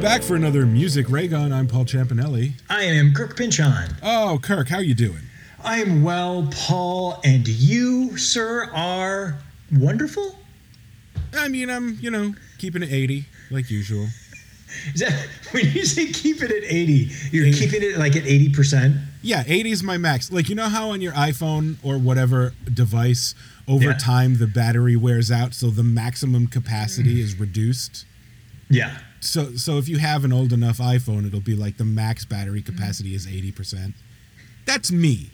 back for another Music Raygun. I'm Paul Champanelli. I am Kirk Pinchon. Oh, Kirk, how you doing? I am well, Paul, and you, sir, are wonderful. I mean, I'm, you know, keeping it 80, like usual. Is that when you say keep it at eighty? You're 80. keeping it like at eighty percent. Yeah, 80 is my max. Like, you know how on your iPhone or whatever device, over Yeah. time the battery wears out, so the maximum capacity Mm-hmm. is reduced? Yeah. So, so if you have an old enough iPhone, it'll be like the max battery Mm-hmm. capacity is 80%. That's me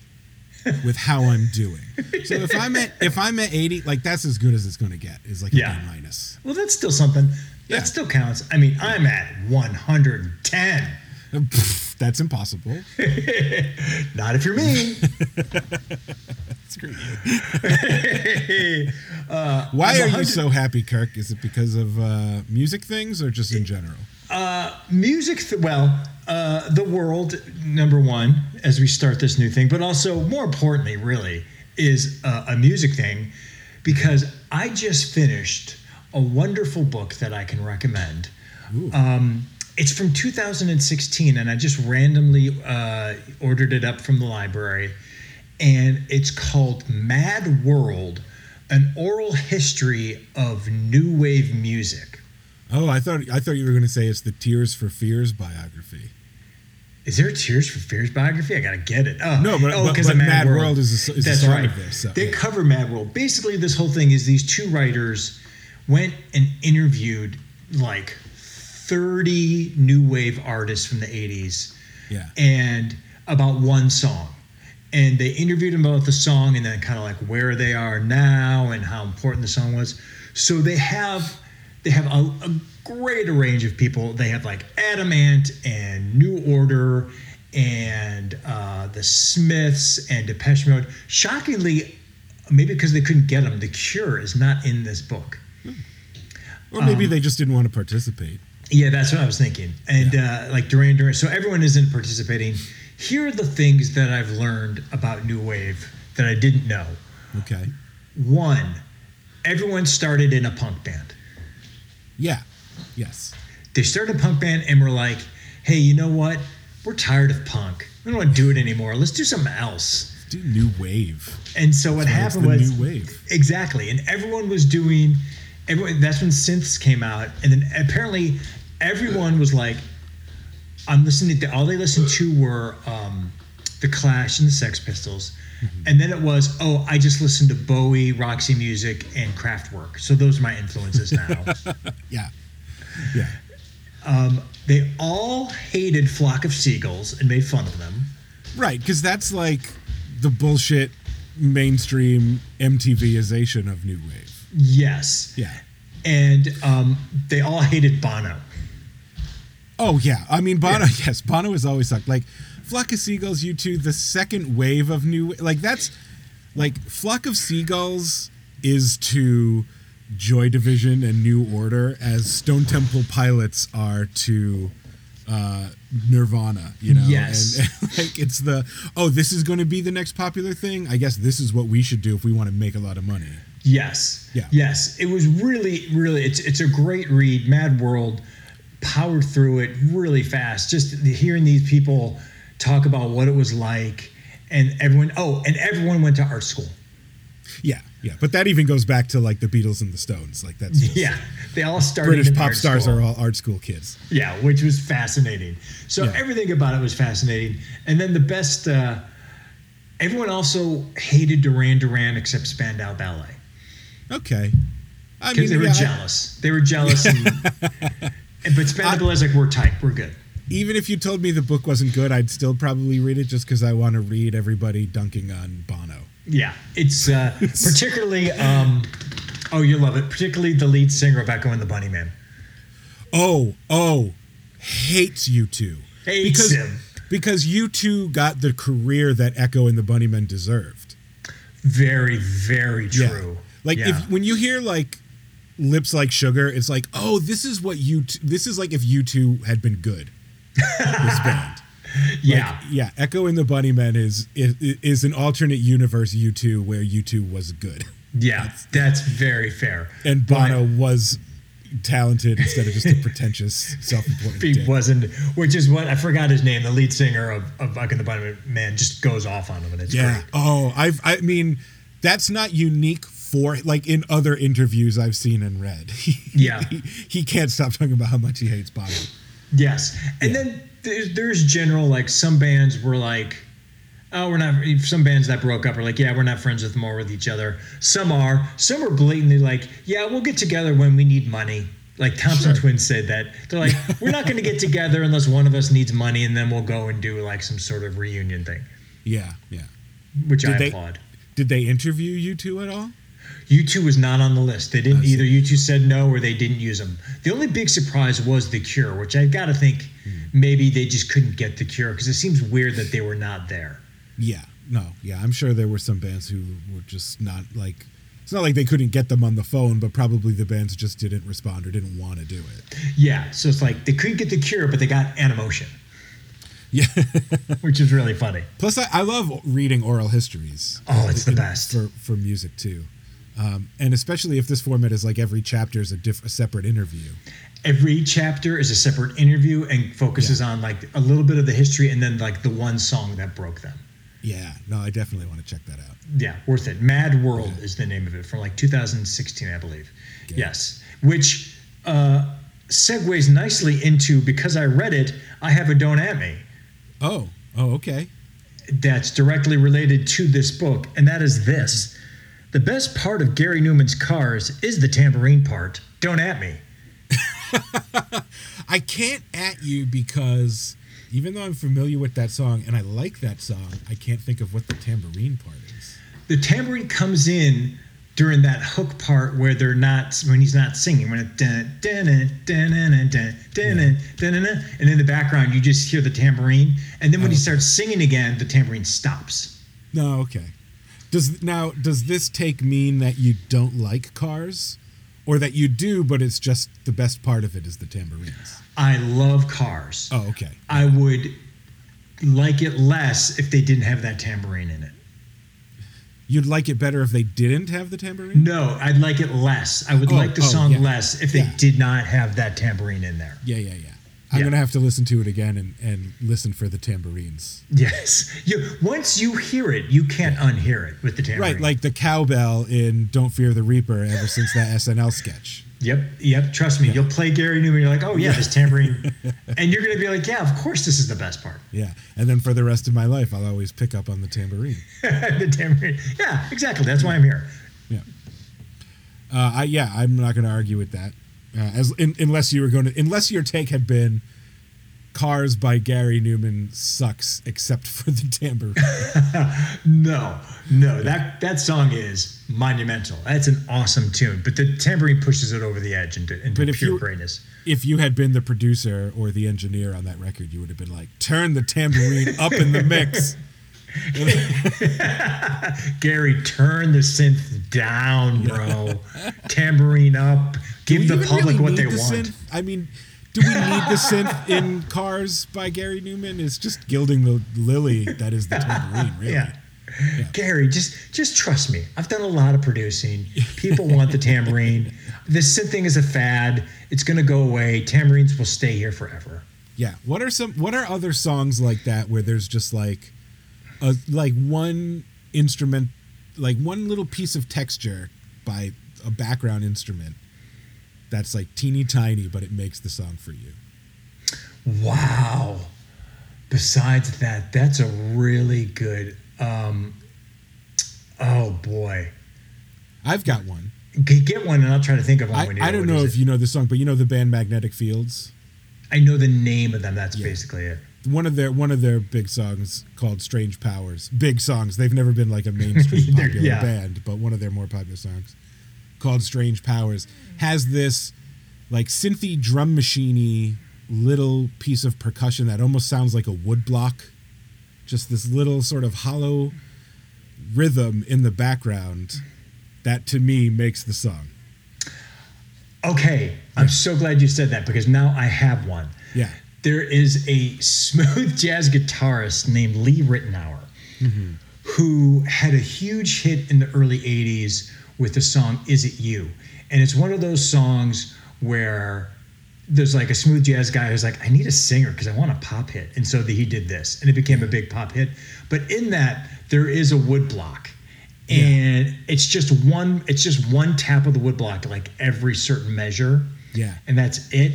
with how I'm doing. So if I'm at if I'm at 80, like that's as good as it's going to get. Is like Yeah. a B minus. Well, that's still something. Yeah. That still counts. I mean, I'm at one hundred and ten. Pfft, That's impossible. Not if you're me. Screw you. Why I'm are you 100 so happy, Kirk? Is it because of uh, music things or just in general? Music. Th- well, uh, the world number one as we start this new thing, but also more importantly, really, is uh, a music thing because I just finished a wonderful book that I can recommend. Ooh. Um, it's from 2016, and I just randomly uh, ordered it up from the library. And it's called Mad World An Oral History of New Wave Music. Oh, I thought I thought you were going to say it's the Tears for Fears biography. Is there a Tears for Fears biography? I gotta get it. Oh, No, but- oh, but- 'cause but of Mad World is a- is a That's song right. of theirs, so, they yeah. cover Mad World. Basically, this whole thing is these two writers went and interviewed like thirty new wave artists from the '80s, Yeah. and about one song. And they interviewed them about the song, and then kind of like where they are now and how important the song was. So they have they have a, a greater range of people. They have like Adamant and New Order and uh, the Smiths and Depeche Mode. Shockingly, maybe because they couldn't get them, The Cure is not in this book. Or maybe um, they just didn't want to participate. Yeah, that's what I was thinking. And uh, like Duran Duran, so everyone isn't participating. Here are the things that I've learned about New Wave that I didn't know. Okay. One, everyone started in a punk band. Yeah. Yes. They started a punk band and were like, hey, you know what? We're tired of punk. We don't want to do it anymore. Let's do something else. Let's do new wave. And so what That's happened the was new wave. exactly, and everyone was doing everyone. That's when synths came out, and then apparently everyone was like, "I'm listening to." All they listened to were um, the Clash and the Sex Pistols, and then it was, "Oh, I just listened to Bowie, Roxy Music, and Kraftwerk." So those are my influences now. Yeah. Yeah. um, they all hated Flock of Seagulls and made fun of them. Right, because that's like the bullshit mainstream MTVization of new wave. Yes, Yeah. and um, they all hated Bono. Oh yeah, I mean Bono. Yes, Bono has always sucked. Like Flock of Seagulls, you two, the second wave of new. Like that's like Flock of Seagulls is to Joy Division and New Order as Stone Temple Pilots are to uh, Nirvana. You know, Yes. and, and like it's the oh, this is going to be the next popular thing. I guess this is what we should do if we want to make a lot of money. Yes. Yeah. Yes. It was really, really. It's it's a great read. Mad World powered through it really fast. Just hearing these people talk about what it was like, and everyone. Oh, and everyone went to art school. Yeah, yeah. But that even goes back to like the Beatles and the Stones. Like that's just- Yeah, they all started. British in pop art stars school. are all art school kids. Yeah, which was fascinating. So Yeah. everything about it was fascinating. And then the best. Uh, everyone also hated Duran Duran except Spandau Ballet. Okay. I Because they were yeah, I- jealous. They were jealous. And, and- but Spandau Ballet's like, we're tight. We're good. even if you told me the book wasn't good, I'd still probably read it just because I want to read everybody dunking on Bono. Yeah. It's uh, particularly, um, oh, you love it. Particularly the lead singer of Echo and the Bunnyman. Oh, oh, hates you two. Hates because, him. Because you two got the career that Echo and the Bunnymen deserved. Very, very true. Like yeah. if when you hear like lips like sugar, it's like, oh, this is what you t- this is like if you two had been good. this band. yeah. Yeah, Echo and the Bunnymen is is, is an alternate universe U two where U two was good yeah. That's very fair. and Bono was talented instead of just a pretentious, self-important. He dick. wasn't, which is what I forgot his name. The lead singer of, of Buck and the Bunny Man just goes off on him, and it's Yeah. great. Oh, I've. I mean, that's not unique for like in other interviews I've seen and read. Yeah. he, he can't stop talking about how much he hates Bono. Yes, and then there's, there's general like some bands were like, oh, we're not. Some bands that broke up are like, yeah, we're not friends with more with each other. Some are. Some are blatantly like, yeah, we'll get together when we need money. Like Thompson Sure. Twins said that they're like, we're not going to get together unless one of us needs money, and then we'll go and do like some sort of reunion thing, Yeah. Yeah. which Did I they- applaud. Did they interview you two at all? U2 was not on the list. They didn't see. either. U2 said no, or they didn't use them. The only big surprise was the Cure, which I gotta think Hmm. maybe they just couldn't get the Cure because it seems weird that they were not there. Yeah. No. Yeah. I'm sure there were some bands who were just not like. It's not like they couldn't get them on the phone, but probably the bands just didn't respond or didn't want to do it. Yeah, so it's like they couldn't get the Cure, but they got Animotion, Yeah. which is really funny. Plus, I, I love reading oral histories. Oh, it's the in- best. for for music too, um, and especially if this format is like every chapter is a, diff- a separate interview. Every chapter is a separate interview and focuses on like a little bit of the history and then like the one song that broke them. Yeah, no, I definitely want to check that out. yeah, worth it. Mad World is the name of it from like 2016, I believe. Okay. Yes, which uh, segues nicely into because I read it, I have a don't at me Oh, oh, okay. that's directly related to this book, and that is this: the best part of Gary Newman's Cars is the tambourine part. Don't at me. I can't at you because even though I'm familiar with that song and I like that song, I can't think of what the tambourine part is. The tambourine comes in during that hook part where they're not when he's not singing when it dun, dun, dun, dun, dun, dun, dun, dun, dun, dun, dun, and in the background you just hear the tambourine and then when he Oh. starts singing again the tambourine stops. No, okay. Does now does this take mean that you don't like cars, or that you do, but it's just the best part of it is the tambourines? I love cars. Oh, okay. I would like it less if they didn't have that tambourine in it. You'd like it better if they didn't have the tambourine? No, I'd like it less. I would Oh, like the oh, song yeah. less if they Yeah. did not have that tambourine in there. Yeah, yeah, yeah. I'm Yeah. gonna have to listen to it again and, and listen for the tambourines. Yes. You once you hear it, you can't unhear it with the tambourine. Right, like the cowbell in Don't Fear the Reaper ever since that SNL sketch. Yep, yep. Trust me, you'll play Gary Newman. You're like, oh yeah, this tambourine, and you're gonna be like, yeah, of course, this is the best part. Yeah. And then for the rest of my life I'll always pick up on the tambourine. the tambourine. Yeah, exactly. That's why I'm here. Yeah. Uh, I yeah, I'm not going to argue with that. Uh, as in, unless you were going to unless your take had been Cars by Gary Newman sucks except for the tambourine. No, no, that that song is monumental. That's an awesome tune, but the tambourine pushes it over the edge into, into But if pure you- greatness. if you had been the producer or the engineer on that record, you would have been like, turn the tambourine up in the mix. Gary, turn the synth down, bro. tambourine up. Do Give we the even public really what need they the want. synth? I mean, do we need the synth in Cars by Gary Newman? It's just gilding the lily that is the tambourine, really. Yeah. Gary, just just trust me. I've done a lot of producing. People want the tambourine. This synth thing is a fad. It's gonna go away. Tambourines will stay here forever. Yeah. What are some what are other songs like that where there's just like a like one instrument like one little piece of texture by a background instrument that's like teeny tiny but it makes the song for you. Wow. Besides that, that's a really good um oh boy. I've got one. G- Get one and I'll try to think of one I, when I don't know if you know this song, but you know the band Magnetic Fields. I know the name of them, that's basically it. One of their one of their big songs called "Strange Powers." Big songs. They've never been like a mainstream They're- popular yeah. band, but one of their more popular songs called "Strange Powers" has this like synthy drum machiney little piece of percussion that almost sounds like a wood block. Just this little sort of hollow rhythm in the background that to me makes the song. Okay. I'm so glad you said that because now I have one. Yeah. there is a smooth jazz guitarist named Lee Ritenour who had a huge hit in the early 80s with the song Is It You? And it's one of those songs where there's like a smooth jazz guy who's like, I need a singer because I want a pop hit. And so the, he did this and it became a big pop hit. But in that, there is a wood block. And it's just one it's just one tap of the wood block like every certain measure. Yeah. And that's it.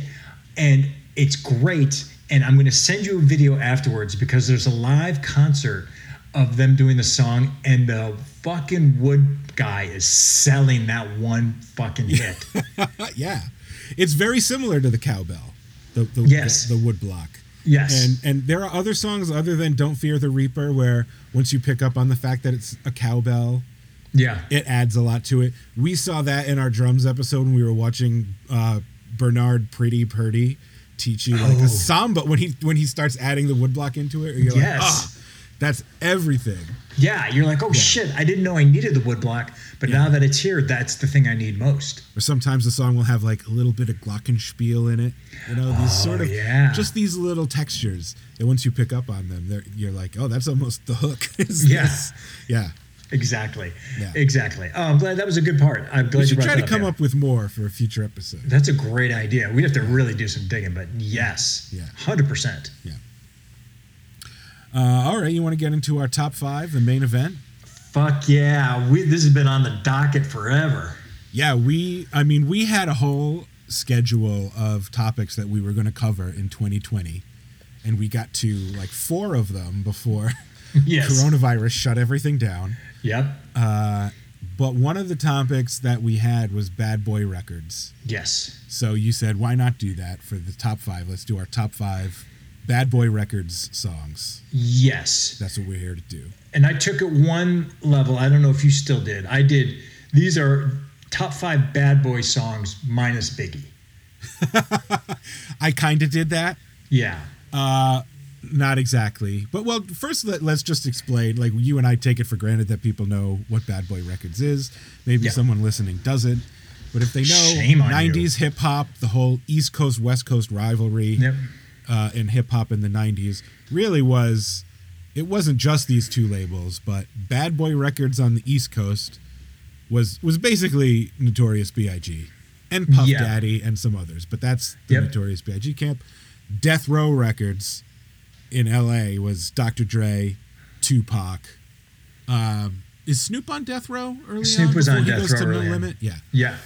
And it's great. And I'm gonna send you a video afterwards because there's a live concert of them doing the song and the fucking wood guy is selling that one fucking hit. Uh, yeah. It's very similar to the cowbell, the, the, Yes. the, the wood block. Yes. And and there are other songs other than Don't Fear the Reaper where once you pick up on the fact that it's a cowbell, yeah. it adds a lot to it. We saw that in our drums episode when we were watching uh, Bernard Pretty Purdy teach you like Oh. a samba when he when he starts adding the woodblock into it. You're Yes. like, ah, that's everything. Yeah, you're like, oh shit, I didn't know I needed the wood block, but now that it's here, that's the thing I need most. Or sometimes the song will have like a little bit of glockenspiel in it. You know, these sort of Oh, yeah. just these little textures that once you pick up on them, they're, you're like, oh, that's almost the hook. is Yeah. this. yeah. Exactly. Yeah. Exactly. Oh, I'm glad that was a good part. I'm glad We you should brought try that to come yeah. up with more for a future episode. That's a great idea. We'd have to really do some digging, but yes, Yeah. hundred percent. Yeah. Uh, all right, you want to get into our top five, the main event? Fuck yeah, we, this has been on the docket forever. Yeah, we. I mean, we had a whole schedule of topics that we were going to cover in 2020, and we got to like four of them before Yes. coronavirus shut everything down. Yep. But one of the topics that we had was bad boy records. yes. So you said, why not do that for the top five? Let's do our top five bad boy records songs. Yes. That's what we're here to do. And I took it one level. I don't know if you still did. I did. These are top five bad boy songs minus Biggie. I kind of did that. Yeah. Not exactly. But well, first let, let's just explain. Like you and I take it for granted that people know what Bad Boy Records is. Maybe Yeah. someone listening doesn't. But if they know Shame on you. 90s hip hop, the whole East Coast West Coast rivalry Yep. uh, in hip hop in the 90s really was it wasn't just these two labels, but Bad Boy Records on the East Coast was was basically Notorious B.I.G. and Puff Yeah. Daddy and some others, but that's the Yep. Notorious B.I.G. camp. Death Row Records in L.A. was Dr. Dre, Tupac. Um, is Snoop on Death Row early Snoop on? was on before Death he goes Row to early No on. Limit? Yeah. Yeah.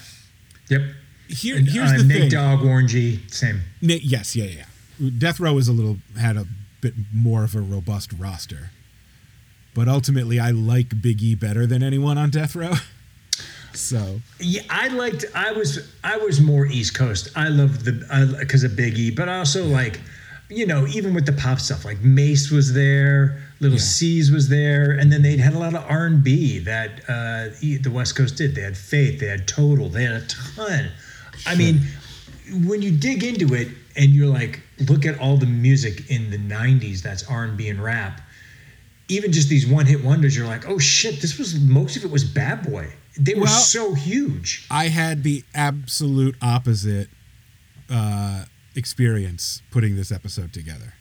Yep. Here, And, here's uh, the Nate thing. Dogg, Warren G, same. Na- yes, yeah, yeah, yeah. Death Row is a little had a bit more of a robust roster, but ultimately, I like Big E better than anyone on Death Row. so Yeah, I liked. I was I was more East Coast. I loved the because of Big E, but also like, you know, even with the pop stuff, like Mace was there, Little Yeah. C's was there, and then they would had a lot of R and B that uh, E- the West Coast did. They had Faith, they had Total, they had a ton. I mean, when you dig into it and you're like, look at all the music in the '90s that's R and B and rap even just these one hit wonders, you're like, oh shit, this was most of it was Bad Boy. They were Well- so huge. I had the absolute opposite uh, experience putting this episode together.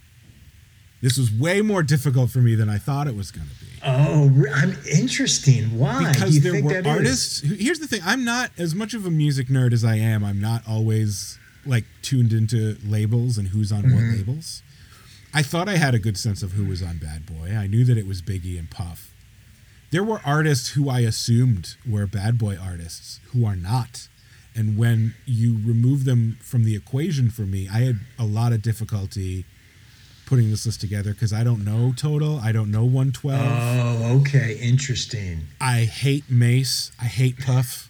This was way more difficult for me than I thought it was going to be. Oh, re- I'm interesting. Why do because you there think were that is? artists. who Here's the thing: I'm not as much of a music nerd as I am. I'm not always like tuned into labels and who's on Mm-hmm. what labels. I thought I had a good sense of who was on Bad Boy. I knew that it was Biggie and Puff. There were artists who I assumed were Bad Boy artists who are not. And when you remove them from the equation for me, I had a lot of difficulty putting this list together because I don't know Total. I don't know 112. Oh, okay, interesting. I hate Mace. I hate Puff.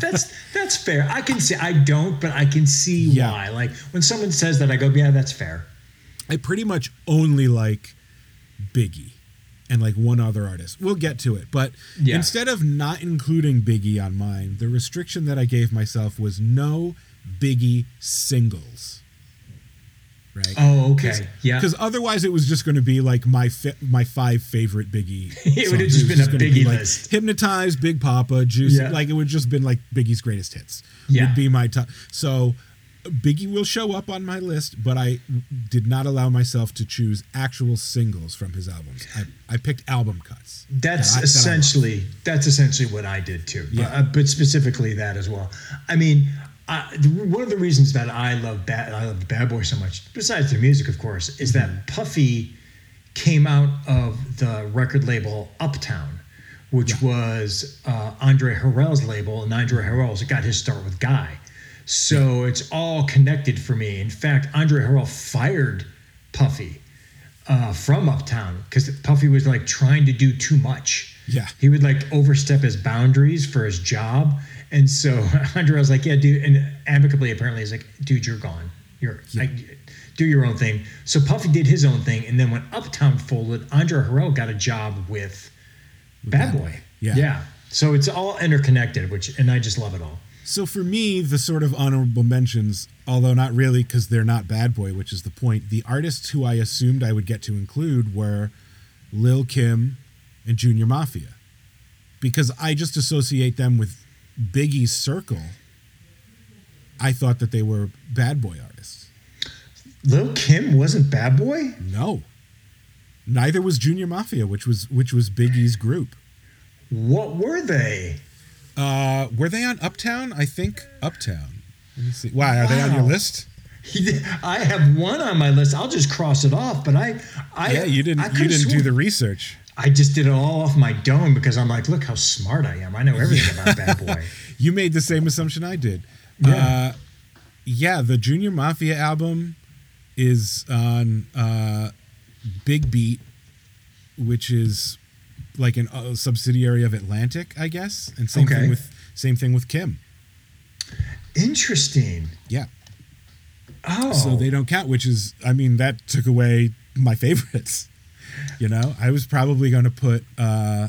That's that's fair. I can see. I don't, but I can see Yeah. why. Like when someone says that, I go, yeah, that's fair. I pretty much only like Biggie and like one other artist. We'll get to it. But Yeah. instead of not including Biggie on mine, the restriction that I gave myself was no Biggie singles. Right? Oh, okay, yeah. Because otherwise, it was just going to be like my fi- my five favorite Biggie. It would have songs. just was been a gonna Biggie like list. Hypnotized, Big Papa, Juicy. Yeah. Like it would just been like Biggie's greatest hits. Yeah. Would be my top. So Biggie will show up on my list, but I did not allow myself to choose actual singles from his albums. I, I picked album cuts. That's that I- that I love. essentially that's essentially what I did too. But, Yeah. uh, but specifically that as well. I mean, I, one of the reasons that I love Bad, I love Bad Boy so much, besides their music, of course, is that Mm-hmm. Puffy came out of the record label Uptown, which was uh, Andre Harrell's label, and Andre Mm-hmm. Harrell's got his start with Guy. So it's all connected for me. In fact, Andre Harrell fired Puffy uh, from Uptown because Puffy was like trying to do too much. Yeah. He would like overstep his boundaries for his job. And so Andre was like, yeah, dude. And amicably, apparently, he's like, dude, you're gone. You're, like, do your own thing. So Puffy did his own thing. And then when Uptown folded, Andre Harrell got a job with Bad Boy. Yeah. Yeah. So it's all interconnected, which, and I just love it all. So for me, the sort of honorable mentions, although not really because they're not bad boy, which is the point, the artists who I assumed I would get to include were Lil Kim and Junior Mafia. Because I just associate them with Biggie's circle. I thought that they were bad boy artists. Lil Kim wasn't Bad Boy? No. Neither was Junior Mafia, which was which was Biggie's group. What were they? Uh, were they on Uptown? I think Uptown. Let me see. Why are they on your Wow. list? I have one on my list. I'll just cross it off. But I, I Yeah, you didn't I you could've didn't do sworn- the research. I just did it all off my dome because I'm like, look how smart I am. I know everything about Bad Boy. You made the same assumption I did. Uh, Yeah. yeah, the Junior Mafia album is on uh, Big Beat, which is like an uh, subsidiary of Atlantic, I guess. And same Okay. thing with same thing with Kim. Interesting. Yeah. Oh, So they don't count, which is I mean that took away my favorites. You know, I was probably going to put uh,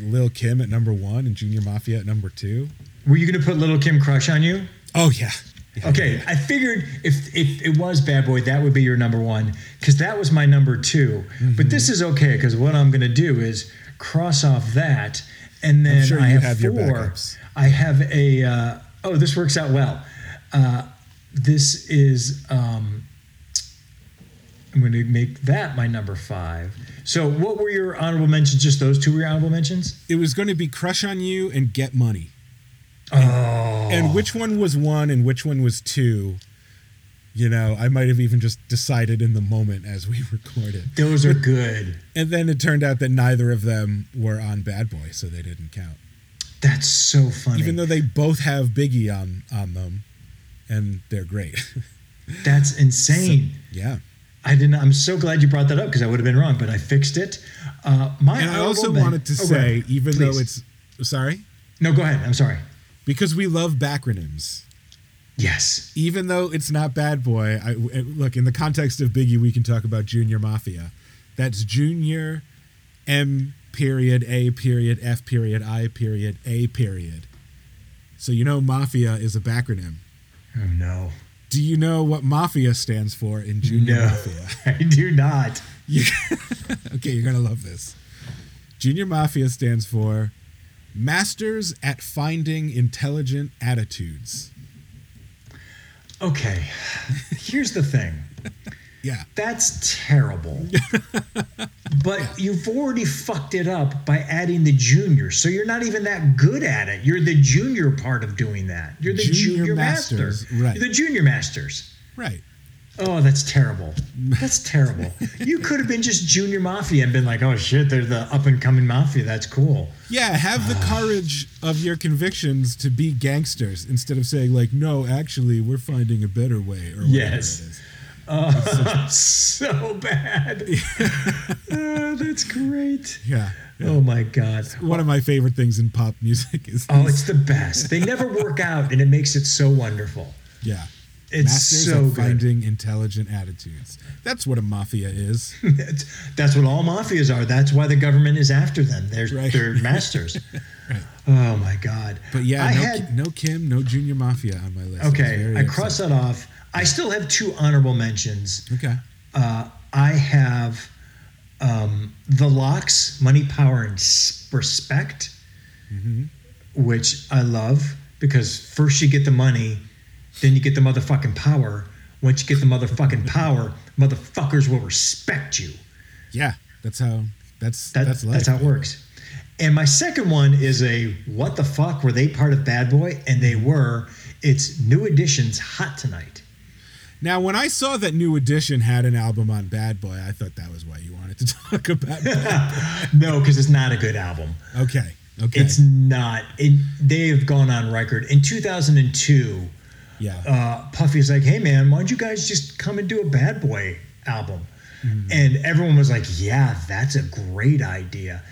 Lil Kim at number one and Junior Mafia at number two. were you going to put Little Kim Crush on you? Oh yeah. Yeah. Okay, I figured if if it was Bad Boy, that would be your number one because that was my number 2 Mm-hmm. But this is okay because what I'm going to do is cross off that, and then sure I you have, have four. your backups. I have a uh, oh, this works out well. Uh, this is um, I'm going to make that my number five. So, what were your honorable mentions? Just those two were your honorable mentions. It was going to be Crush on You and Get Money. Oh, And which one was one and which one was two? You know, I might have even just decided in the moment as we recorded. those are good. And then it turned out that neither of them were on Bad Boy, so they didn't count. That's so funny. Even though they both have Biggie on on them and they're great. That's insane. yeah. I didn't. I'm so glad you brought that up because I would have been wrong, but I fixed it. Uh, my And I honorable also men- wanted to Oh, go say ahead. even Please. though it's sorry, no, go ahead. I'm sorry. because we love backronyms. Yes, even though it's not bad boy I, w- look in the context of biggie we can talk about junior mafia that's junior m period a period f period i period a period so you know mafia is a backronym oh, no, do you know what mafia stands for in junior no, mafia I do not. You- okay you're gonna love this junior mafia stands for masters at finding intelligent attitudes Okay, here's the thing. yeah That's terrible. but you've already fucked it up by adding the junior, so you're not even that good at it. You're the junior part of doing that. You're the Junior junior, masters, master. right. You're the junior masters. right Oh, that's terrible. That's terrible. You could have been just junior mafia and been like, oh shit, they're the up and coming mafia. That's cool. Yeah, have the courage of your convictions to be gangsters instead of saying like, "No, actually, we're finding a better way." Or whatever Yes. it is. Oh, so bad. Oh, that's great. Yeah. Oh my God. One of my favorite things in pop music is Oh, it's the best. They never work out and it makes it so wonderful. yeah. It's Masters so of good. finding intelligent attitudes. That's what a mafia is. That's, that's what all mafias are. That's why the government is after them. They're, Right. they're masters. Oh my God. But yeah, I no, had Ki- no Kim, no Junior Mafia on my list. I was okay. very I crossed upset. that off. I still have two honorable mentions. Okay. uh, I have um, the locks, money, power, and s- respect, Mm-hmm. which I love because first you get the money, then you get the motherfucking power. Once you get the motherfucking power, motherfuckers will respect you. Yeah, that's how. That's That- that's that's, life. how it works. Mm-hmm. And my second one is a what the fuck were they part of Bad Boy? And they were It's New Edition's Hot Tonight. Now, when I saw that New Edition had an album on Bad Boy, I thought that was why you wanted to talk about. no, because it's not a good album. Okay, okay, It's not. It, they have gone on record. In 2002, yeah, uh, Puffy's like, hey, man, why don't you guys just come and do a Bad Boy album? And everyone was like, yeah, that's a great idea.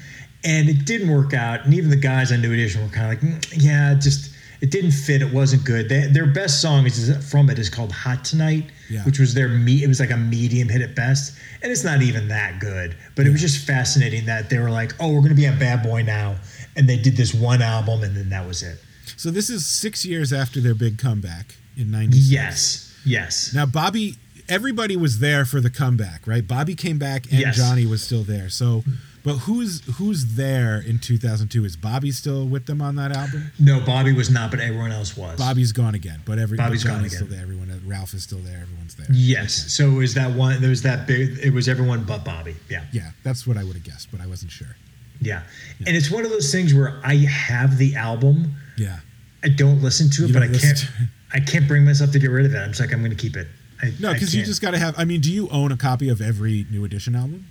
And it didn't work out. And even the guys on New Edition were kind of like, "Mm, yeah, just it didn't fit. It wasn't good. They, their best song is, is- from it is called Hot Tonight, Yeah. which was their me. It was like a medium hit at best. And it's not even that good. But it was just fascinating that they were like, oh, we're going to be on Bad Boy now. And they did this one album and then that was it. So this is six years after their big comeback in '96. Yes. Yes. Now, Bobby, everybody was there for the comeback, right? Bobby came back, and Yes. Johnny was still there. So, but who's who's there in 2002? Is Bobby still with them on that album? No, Bobby was not, but everyone else was. Bobby's gone again, but every Bobby's but gone Johnny's again. still there. Everyone, Ralph is still there. Everyone's there. Yes. So it was that one. There was that big. It was everyone but Bobby. Yeah. Yeah, that's what I would have guessed, but I wasn't sure. Yeah. And it's one of those things where I have the album. Yeah, I don't listen to it, You but I don't listen can't. to it. I can't bring myself to get rid of it. I'm just like, I'm going to keep it. I, no, I because you can't. just got to have. I mean, do you own a copy of every New Edition album?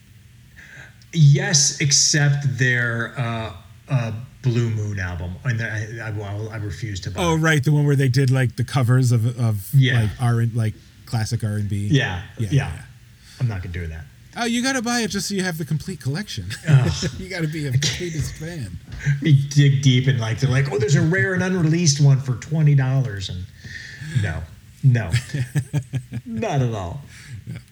Yes, except their uh, uh, Blue Moon album, and the, I, I, well, I refuse to buy. Oh, it. right, the one where they did like the covers of of Yeah. like R like classic R and B. yeah, yeah, yeah, yeah. I'm not going to do that. Oh, you gotta buy it just so you have the complete collection. you gotta be a biggest fan. You dig deep and like they're like, oh, there's a rare and unreleased one for twenty dollars, and no, no, not at all.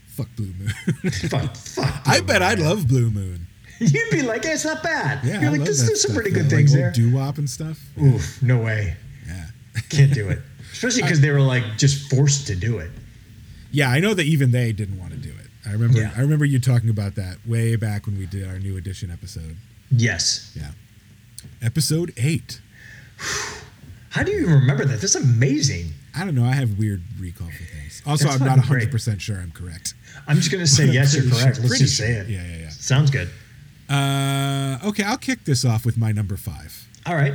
Fuck Blue Moon. Fuck, fuck. I Blue bet Moon. I'd love Blue Moon. You'd be like, yeah, it's not bad. Yeah, You're I like, love this that there's some stuff, pretty yeah, good like things old there. Doo wop and stuff. Oof, no way. Yeah, Can't do it. Especially because they were like just forced to do it. yeah. I know that even they didn't want to do it. I remember. Yeah. I remember you talking about that way back when we did our new edition episode. Yes. Yeah, episode eight. How do you even remember that? That's amazing. I don't know. I have weird recall for things. Also, That's I'm not fucking great. 100 percent sure I'm correct. I'm just gonna say I'm yes, you're pretty correct. sure- Let's pretty just say sure. it. Yeah, yeah, yeah. Sounds good. Uh, okay, I'll kick this off with my number five. All right.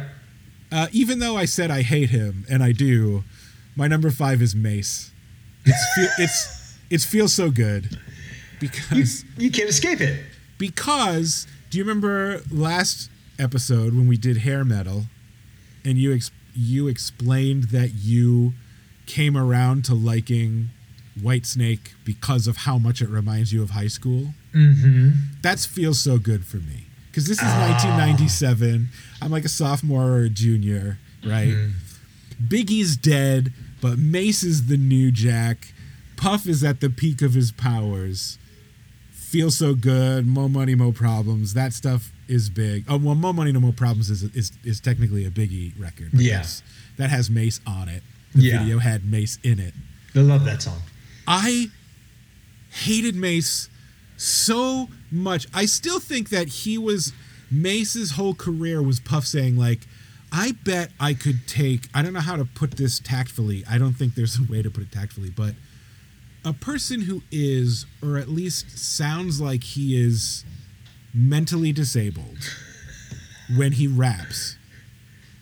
Uh, even though I said I hate him, and I do, my number five is Mace. It's feel, it's it feels so good because You can't escape it. because do you remember last episode when we did hair metal, and you ex- you explained that you came around to liking White Snake because of how much it reminds you of high school. Mm-hmm. That feels so good for me because this is Ah. 1997. I'm like a sophomore or a junior, right? Mm-hmm. Biggie's dead, but Mace is the new Jack. Puff is at the peak of his powers. Feel so good, mo money, mo problems. That stuff is big. Oh well, mo money, no mo problems is is, is technically a Biggie record. but Yeah. that's- that has Mace on it. The Yeah. video had Mace in it. I love that song. I hated Mace so much. I still think that he was Mace's whole career was Puff saying like, "I bet I could take." I don't know how to put this tactfully. I don't think there's a way to put it tactfully, but a person who is, or at least sounds like he is, mentally disabled when he raps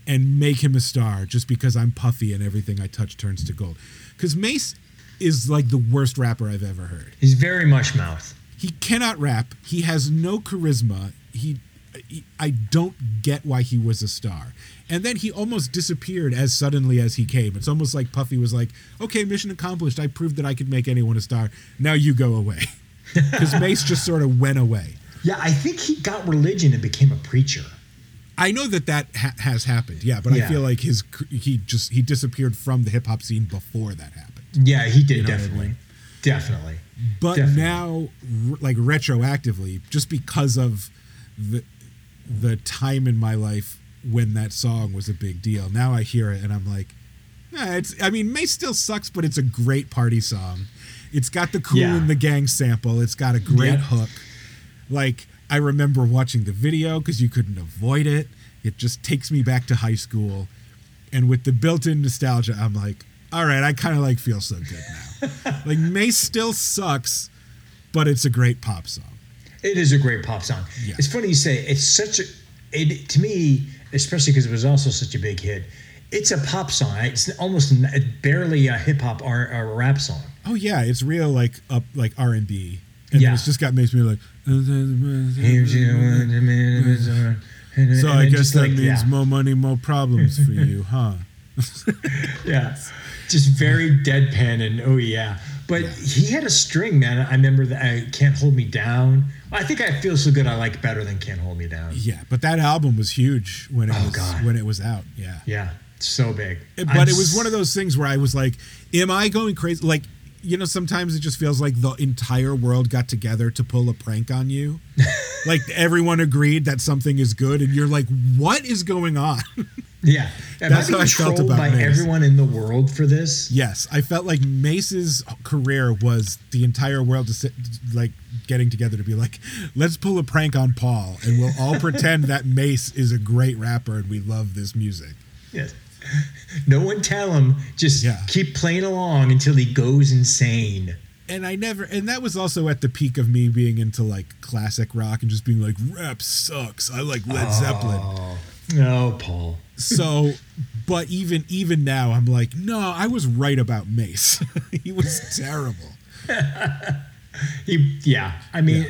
and make him a star just because I'm puffy and everything I touch turns to gold. Because Mace is like the worst rapper I've ever heard. He's very mush mouth. He cannot rap. He has no charisma. He, he- I don't get why he was a star. And then he almost disappeared as suddenly as he came. It's almost like Puffy was like, "Okay, mission accomplished. I proved that I could make anyone a star. Now you go away." Because Mace just sort of went away. Yeah, I think he got religion and became a preacher. I know that that ha- has happened, yeah, but I Yeah. feel like his cr- he just he disappeared from the hip hop scene before that happened. Yeah, he did You know what I definitely. mean? Definitely. But Definitely. now, r- like retroactively, just because of the the time in my life when that song was a big deal, now I hear it and I'm like, "Nah, it's. I mean, May still sucks, but it's a great party song. It's got the cool Yeah. in the gang sample. It's got a great Yeah. hook. Like I remember watching the video because you couldn't avoid it. It just takes me back to high school, and with the built-in nostalgia, I'm like, all right, I kind of like feel so good now. like Mace still sucks, but it's a great pop song. It is a great pop song. Yeah. It's funny you say it's such a it to me, especially because it was also such a big hit. it's a pop song. It's almost n- barely a hip hop or, or a rap song. Oh yeah, it's real like up like R and B. And yeah. Yeah. it's just got makes me like. Here's your one, a minute, it's all right. And- So and I then guess just that like, means yeah, more money, more problems for you, huh? yeah, just very deadpan and oh yeah. But he had a string, man. I remember that I can't hold me down. I think I feel so good. I like better than can't hold me down. Yeah, but that album was huge when it Oh, was God. when it was out. Yeah. Yeah, so big. It- I'm Eh, but it was s- one of those things where I was like, "Am I going crazy?" Like, you know, sometimes it just feels like the entire world got together to pull a prank on you. like everyone agreed that something is good, and you're like, "What is going on?" Yeah, Am That's I how I being felt trolled about by Mace. everyone in the world for this. yes, I felt like Mace's career was the entire world to sit, like getting together to be like, "Let's pull a prank on Paul, and we'll all pretend that Mace is a great rapper and we love this music." Yes. No one tell him. Just Yeah. keep playing along until he goes insane. and I never and that was also at the peak of me being into like classic rock and just being like rap sucks. I like Led Zeppelin. Oh, no, Paul. So but even even now I'm like, no, I was right about Mace. he was terrible. He, yeah. I mean, Yeah.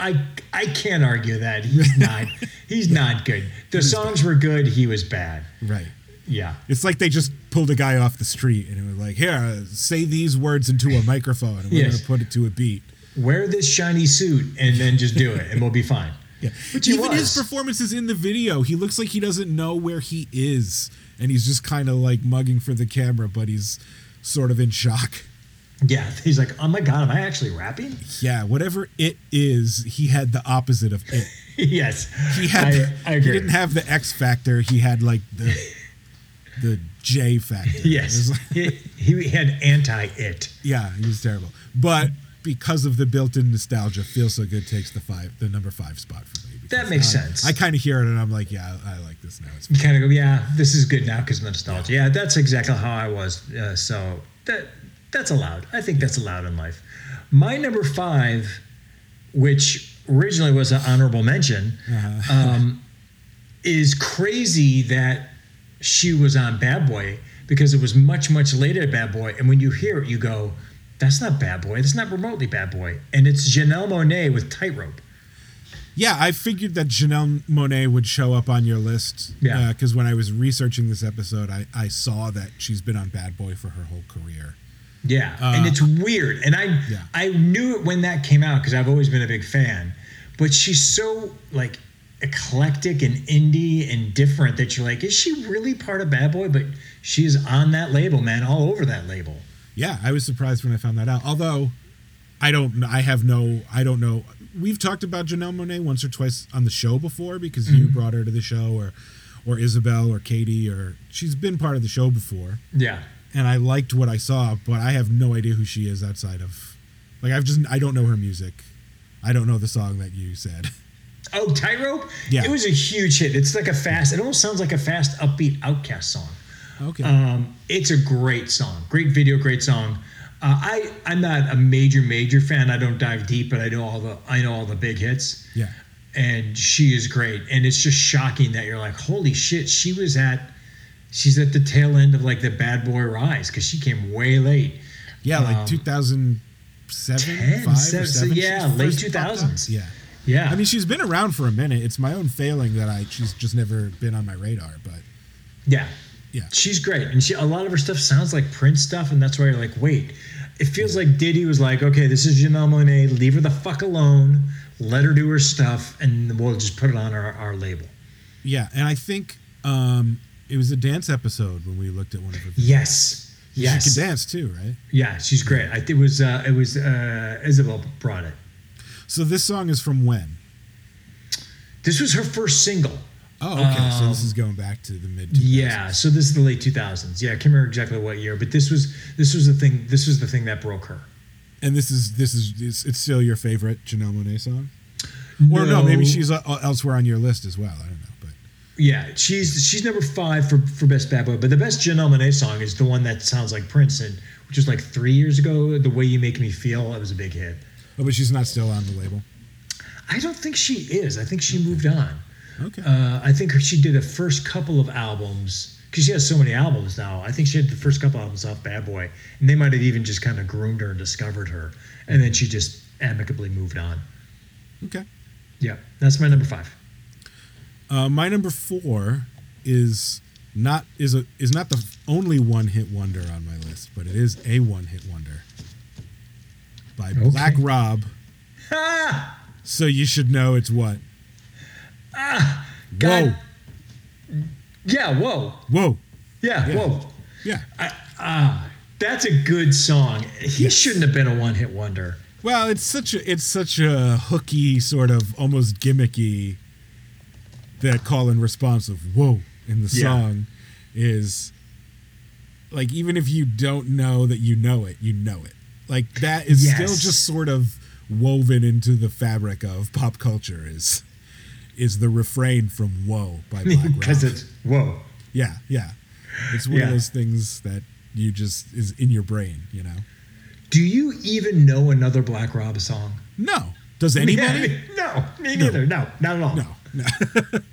I I can't argue that he's not he's not good. The songs were good. He was bad. Right. Yeah. It's like they just pulled a guy off the street and it was like, here, say these words into a microphone and we're Yes. gonna put it to a beat. Wear this shiny suit and then just do it, and we'll be fine. Yeah. Which he Even his was. performances in the video, he looks like he doesn't know where he is and he's just kind of like mugging for the camera, but he's sort of in shock. Yeah. He's like, oh my god, am I actually rapping? Yeah, whatever it is, he had the opposite of it. yes. He had. I, I He agree. didn't have the X factor. He had like the the J factor. It Yes. was like- he, he had anti it. yeah, he was terrible. But because of the built-in nostalgia, feel so good takes the five, the number five spot for me. because That makes now I- sense. I kind of hear it and I'm like, yeah, I, I like this now. It's fine. you kind of go, yeah, this is good now because of nostalgia. Yeah, that's exactly how I was. Uh, so that that's allowed. I think that's allowed in life. My number five, which originally was an honorable mention, Uh-huh. um, is crazy that she was on Bad Boy because it was much much later to Bad Boy, and when you hear it, you go, "That's not Bad Boy. That's not remotely Bad Boy." And it's Janelle Monet with Tightrope. Yeah, I figured that Janelle Monet would show up on your list. Yeah. Because when I was researching this episode, I, I saw that she's been on Bad Boy for her whole career. Yeah, and it's weird. And I Uh, Yeah. I knew it when that came out because I've always been a big fan. But she's so like eclectic and indie and different that you're like, is she really part of Bad Boy? But she's on that label, man, all over that label. Yeah, I was surprised when I found that out. Although, I don't, kn- I have no, I don't know. We've talked about Janelle Monet once or twice on the show before because you Mm-hmm. brought her to the show, or, or Isabel, or Katie, or she's been part of the show before, Yeah. and I liked what I saw, but I have no idea who she is outside of, like I've just, I don't know her music. I don't know the song that you said. Oh, Tightrope? Yeah. It was a huge hit. It's like a fast, it almost sounds like a fast, upbeat outcast song. Okay. Um, it's a great song, great video, great song. Uh, I I'm not a major major fan. I don't dive deep, but I know all the I know all the big hits. yeah. and she is great. And it's just shocking that you're like, holy shit, she was at, she's at the tail end of like the bad boy rise because she came way late. Yeah, like Um, 2007, 10, 5 or seven- 7. yeah, She's late first popped up. 2000s. Yeah. Yeah, I mean, she's been around for a minute. It's my own failing that I she's just never been on my radar. But yeah, yeah, she's great, and she a lot of her stuff sounds like Prince stuff, and that's why you're like, wait, it feels like Diddy was like, okay, this is Janelle Monet, leave her the fuck alone, let her do her stuff, and we'll just put it on our, our label. yeah, and I think um, it was a dance episode when we looked at one of her. Yes, yes, She can dance too, right? yeah, she's great. I think it was uh, it was uh, Isabel brought it. So this song is from when? This was her first single. Oh, okay. so this is going back to the mid. 2000s. Yeah, so this is the late 2000s. Yeah, I can't remember exactly what year, but this was this was the thing. This was the thing that broke her. And this is this is it's, it's still your favorite Janelle Monae song? Or no, maybe she's uh, elsewhere on your list as well. I don't know, but yeah, she's she's number five for for best bad boy. But the best Janelle Monae song is the one that sounds like Prince, and which was like three years ago. The way you make me feel, it was a big hit. oh, but she's not still on the label. I don't think she is. I think she moved on. Okay. Uh, I think her, she did the first couple of albums, because she has so many albums now. I think she had the first couple albums off Bad Boy, and they might have even just kind of groomed her and discovered her, and then she just amicably moved on. Okay. Yeah, that's my number five. Uh, my number four is not is a is not the only one hit wonder on my list, but it is a one hit wonder by Okay. Black Rob. Ah, So you should know it's what. Ah, God. yeah, whoa, Whoa, whoa, yeah, whoa. yeah. Ah, that's a good song. He shouldn't have been a one-hit wonder. Well, it's such a it's such a hooky sort of almost gimmicky that call and response of whoa in the Yeah. song is like even if you don't know that you know it, you know it. Like that is still Yes. just sort of woven into the fabric of pop culture is is the refrain from whoa by Black Because Rob. it's whoa. Yeah, yeah. It's one of Yeah. those things that you just is in your brain, you know. Do you even know another Black Rob song? No. Does anybody? no, me neither. No, not at all. No, no.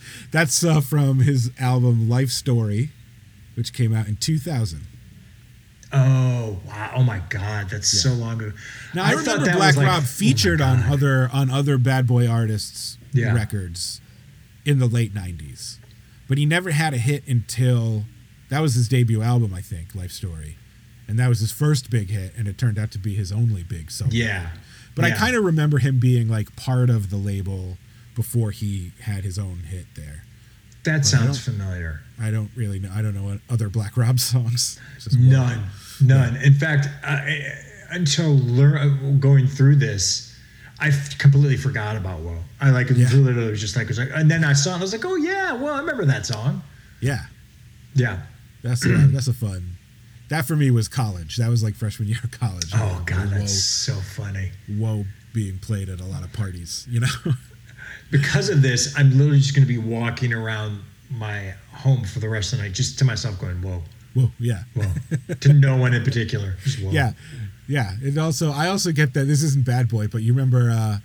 That's uh, from his album Life Story, which came out in 2000. Oh wow! Oh my God, that's so long ago. Now I, thought remember that was Black like- Rob featured oh my on God. other on other Bad Boy artists' Yeah. records in the late 90s, but he never had a hit until that was his debut album, I think, Life Story, and that was his first big hit, and it turned out to be his only big solo. Yeah, But I Yeah. kind of remember him being like part of the label before he had his own hit there. that sounds don't- familiar. I don't really know. I don't know what other Black Rob songs. It's just- None, none. In fact, I, I- until learn, going through this, I f- completely forgot about Whoa. I like Yeah. literally was just like, was like, and then I saw it. and I was like, oh yeah, well I remember that song. Yeah, Yeah. that's a, that's a fun. That for me was college. That was like freshman year of college. I Oh remember God, whoa, that's so funny. whoa being played at a lot of parties. You know, because of this, I'm literally just going to be walking around my home for the rest of the night, just to myself, going, "Whoa, whoa, yeah, whoa," to no one in particular. Just, whoa. yeah, yeah. It also I also get that this isn't Bad Boy, but you remember, uh,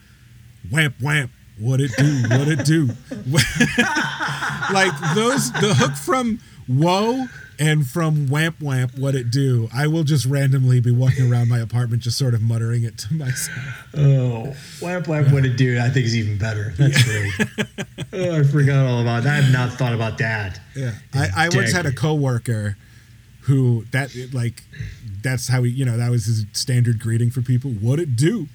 whamp whamp. What it do? What it do? like those the hook from whoa and from whamp whamp. What it do? I will just randomly be walking around my apartment, just sort of muttering it to myself. Oh, Lamp Lamp, what it do? I think is even better. That's great. oh, I forgot all about that. I've not thought about that. Yeah. I, I once had a Dagger. coworker who that like that's how he you know that was his standard greeting for people. What it do?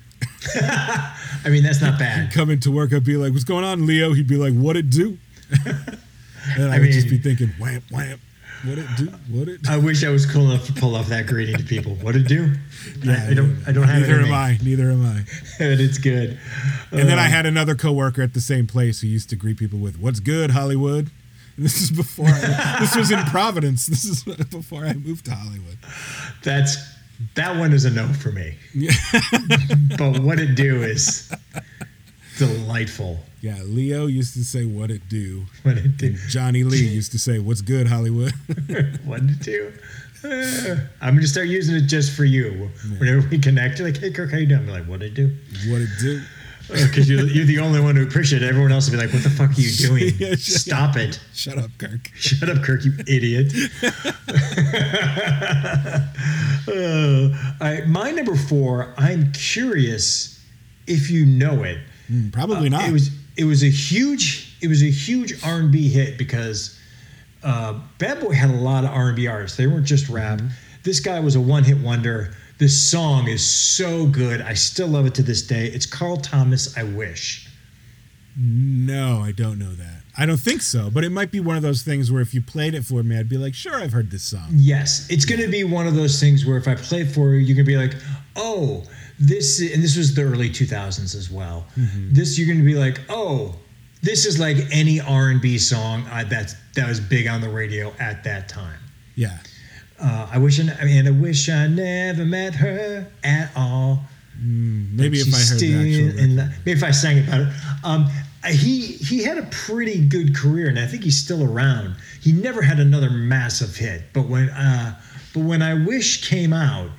I mean, that's not bad. Coming to work, I'd be like, "What's going on, Leo?" He'd be like, "What it do?" and I, I would just be mean- thinking, "Wham, wham, what it do? What it?" Do? I wish I was cool enough to pull off that greeting to people. What it do? I, I don't. I don't have Neither am anything. Uh. I. Neither am I. And it's good. And then I had another coworker at the same place who used to greet people with "What's good, Hollywood?" And this is before I, this was in Providence. This is before I moved to Hollywood. That's that one is a no for me. but what it do is delightful. Yeah, Leo used to say "What it do," What it do? Johnny Lee used to say, "What's good, Hollywood?" What it do? Uh, I'm gonna start using it just for you. Whenever we connect, you're like, "Hey, Kirk, how you doing?" I'm like, "What it do?" what it do? Because you're, you're the only one who appreciates it. Everyone else will be like, "What the fuck are you doing? Yeah, shut Stop it! Shut up, Kirk. Shut up, Kirk, you idiot!" Uh, all right, my number four. I'm curious if you know it. Mm, Probably not. Uh, It was it was a huge it was a huge R and B hit because uh, Bad Boy had a lot of R and B artists. They weren't just rap. Mm-hmm. This guy was a one hit wonder. This song is so good. I still love it to this day. It's Carl Thomas. I wish. no, I don't know that. I don't think so. But it might be one of those things where if you played it for me, I'd be like, "Sure, I've heard this song." Yes, it's going to be one of those things where if I play it for you, you're going to be like, oh, this, and this was the early 2000s as well. Mm-hmm. This, you're going to be like, oh, this is like any R&B song I, that's, that was big on the radio at that time. Yeah, Uh, I wish, I, I mean, I wish I never met her at all. maybe if I She's heard still the actual. in lo- maybe if I sang about it. Um, he he had a pretty good career, and I think he's still around. He never had another massive hit, but when uh, but when I Wish came out,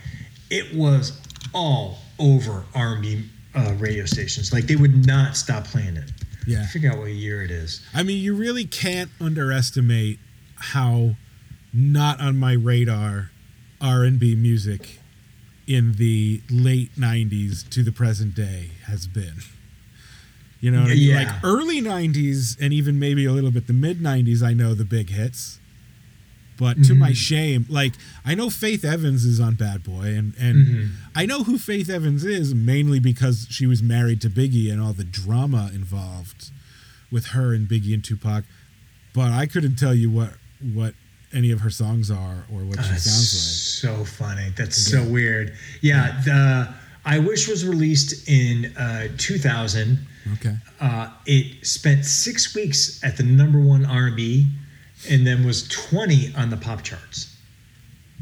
it was all over R&B uh, radio stations. Like they would not stop playing it. Yeah. I forgot what year it is. I mean, you really can't underestimate how not on my radar R&B music in the late 90s to the present day has been. You know, what I mean? Yeah. like early 90s and even maybe a little bit the mid 90s I know the big hits. But to my shame, like I know Faith Evans is on Bad Boy and and I know who Faith Evans is mainly because she was married to Biggie and all the drama involved with her and Biggie and Tupac. But I couldn't tell you what what any of her songs are or what she That's sounds so funny. That's so weird. Yeah, the I Wish was released in uh, 2000. like. Okay. Uh, it spent six weeks at the number one R&B, and then was 20 on the pop charts.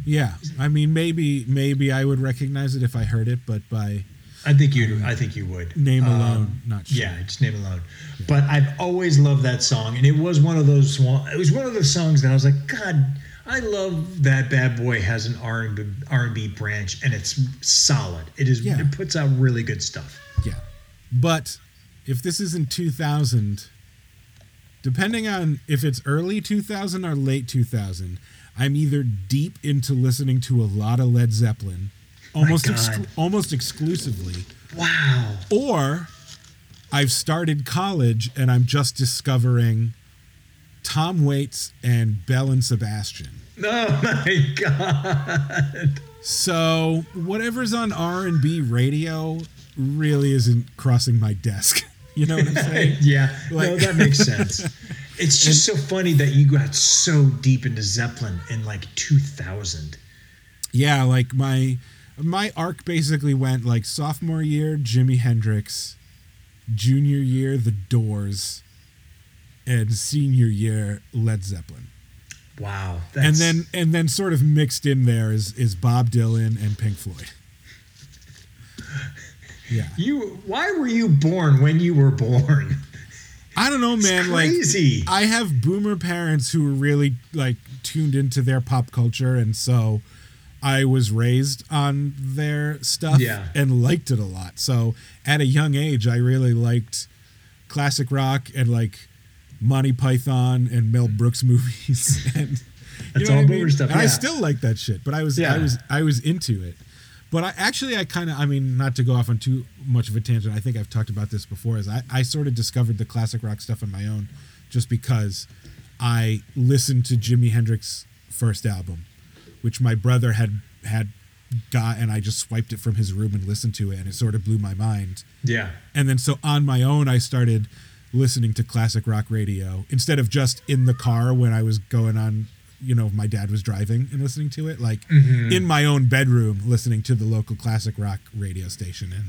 Yeah, I mean, maybe maybe I would recognize it if I heard it, but by I think you. I think you would Mm. name Um, alone, not sure. Yeah, just name alone. But I've always loved that song, and it was one of those. swan- It was one of those songs that I was like, God, I love that Bad Boy has an R and R and B branch, and it's solid. It is. Yeah. It puts out really good stuff. Yeah. But if this isn't 2000, depending on if it's early 2000 or late 2000, I'm either deep into listening to a lot of Led Zeppelin, almost God. exclu- almost exclusively, Wow. or I've started college and I'm just discovering Tom Waits and Bell and Sebastian. Oh my God. So whatever's on R and B radio really isn't crossing my desk. You know what I'm saying? yeah. no, Like- that makes sense. It's just so funny that you got so deep into Zeppelin in like 2000. yeah, like my my arc basically went like sophomore year Jimi Hendrix, junior year The Doors, and senior year Led Zeppelin. Wow. And that's- then and then sort of mixed in there is is Bob Dylan and Pink Floyd. Yeah. You why were you born when you were born? I don't know, man, like Crazy. I have boomer parents who were really like tuned into their pop culture, and so I was raised on their stuff Yeah. and liked it a lot. So at a young age, I really liked classic rock and like Monty Python and Mel Brooks movies. and That's know all what I boomer mean? stuff, And I yeah. still like that shit, but I was Yeah. I was I was into it. But I actually I kind of I mean not to go off on too much of a tangent. I think I've talked about this before. Is I I sort of discovered the classic rock stuff on my own, just because I listened to Jimi Hendrix's first album, which my brother had had got, and I just swiped it from his room and listened to it, and it sort of blew my mind. yeah. And then so on my own, I started listening to classic rock radio instead of just in the car when I was going on, you know, my dad was driving and listening to it, like Mm-hmm. in my own bedroom, listening to the local classic rock radio station and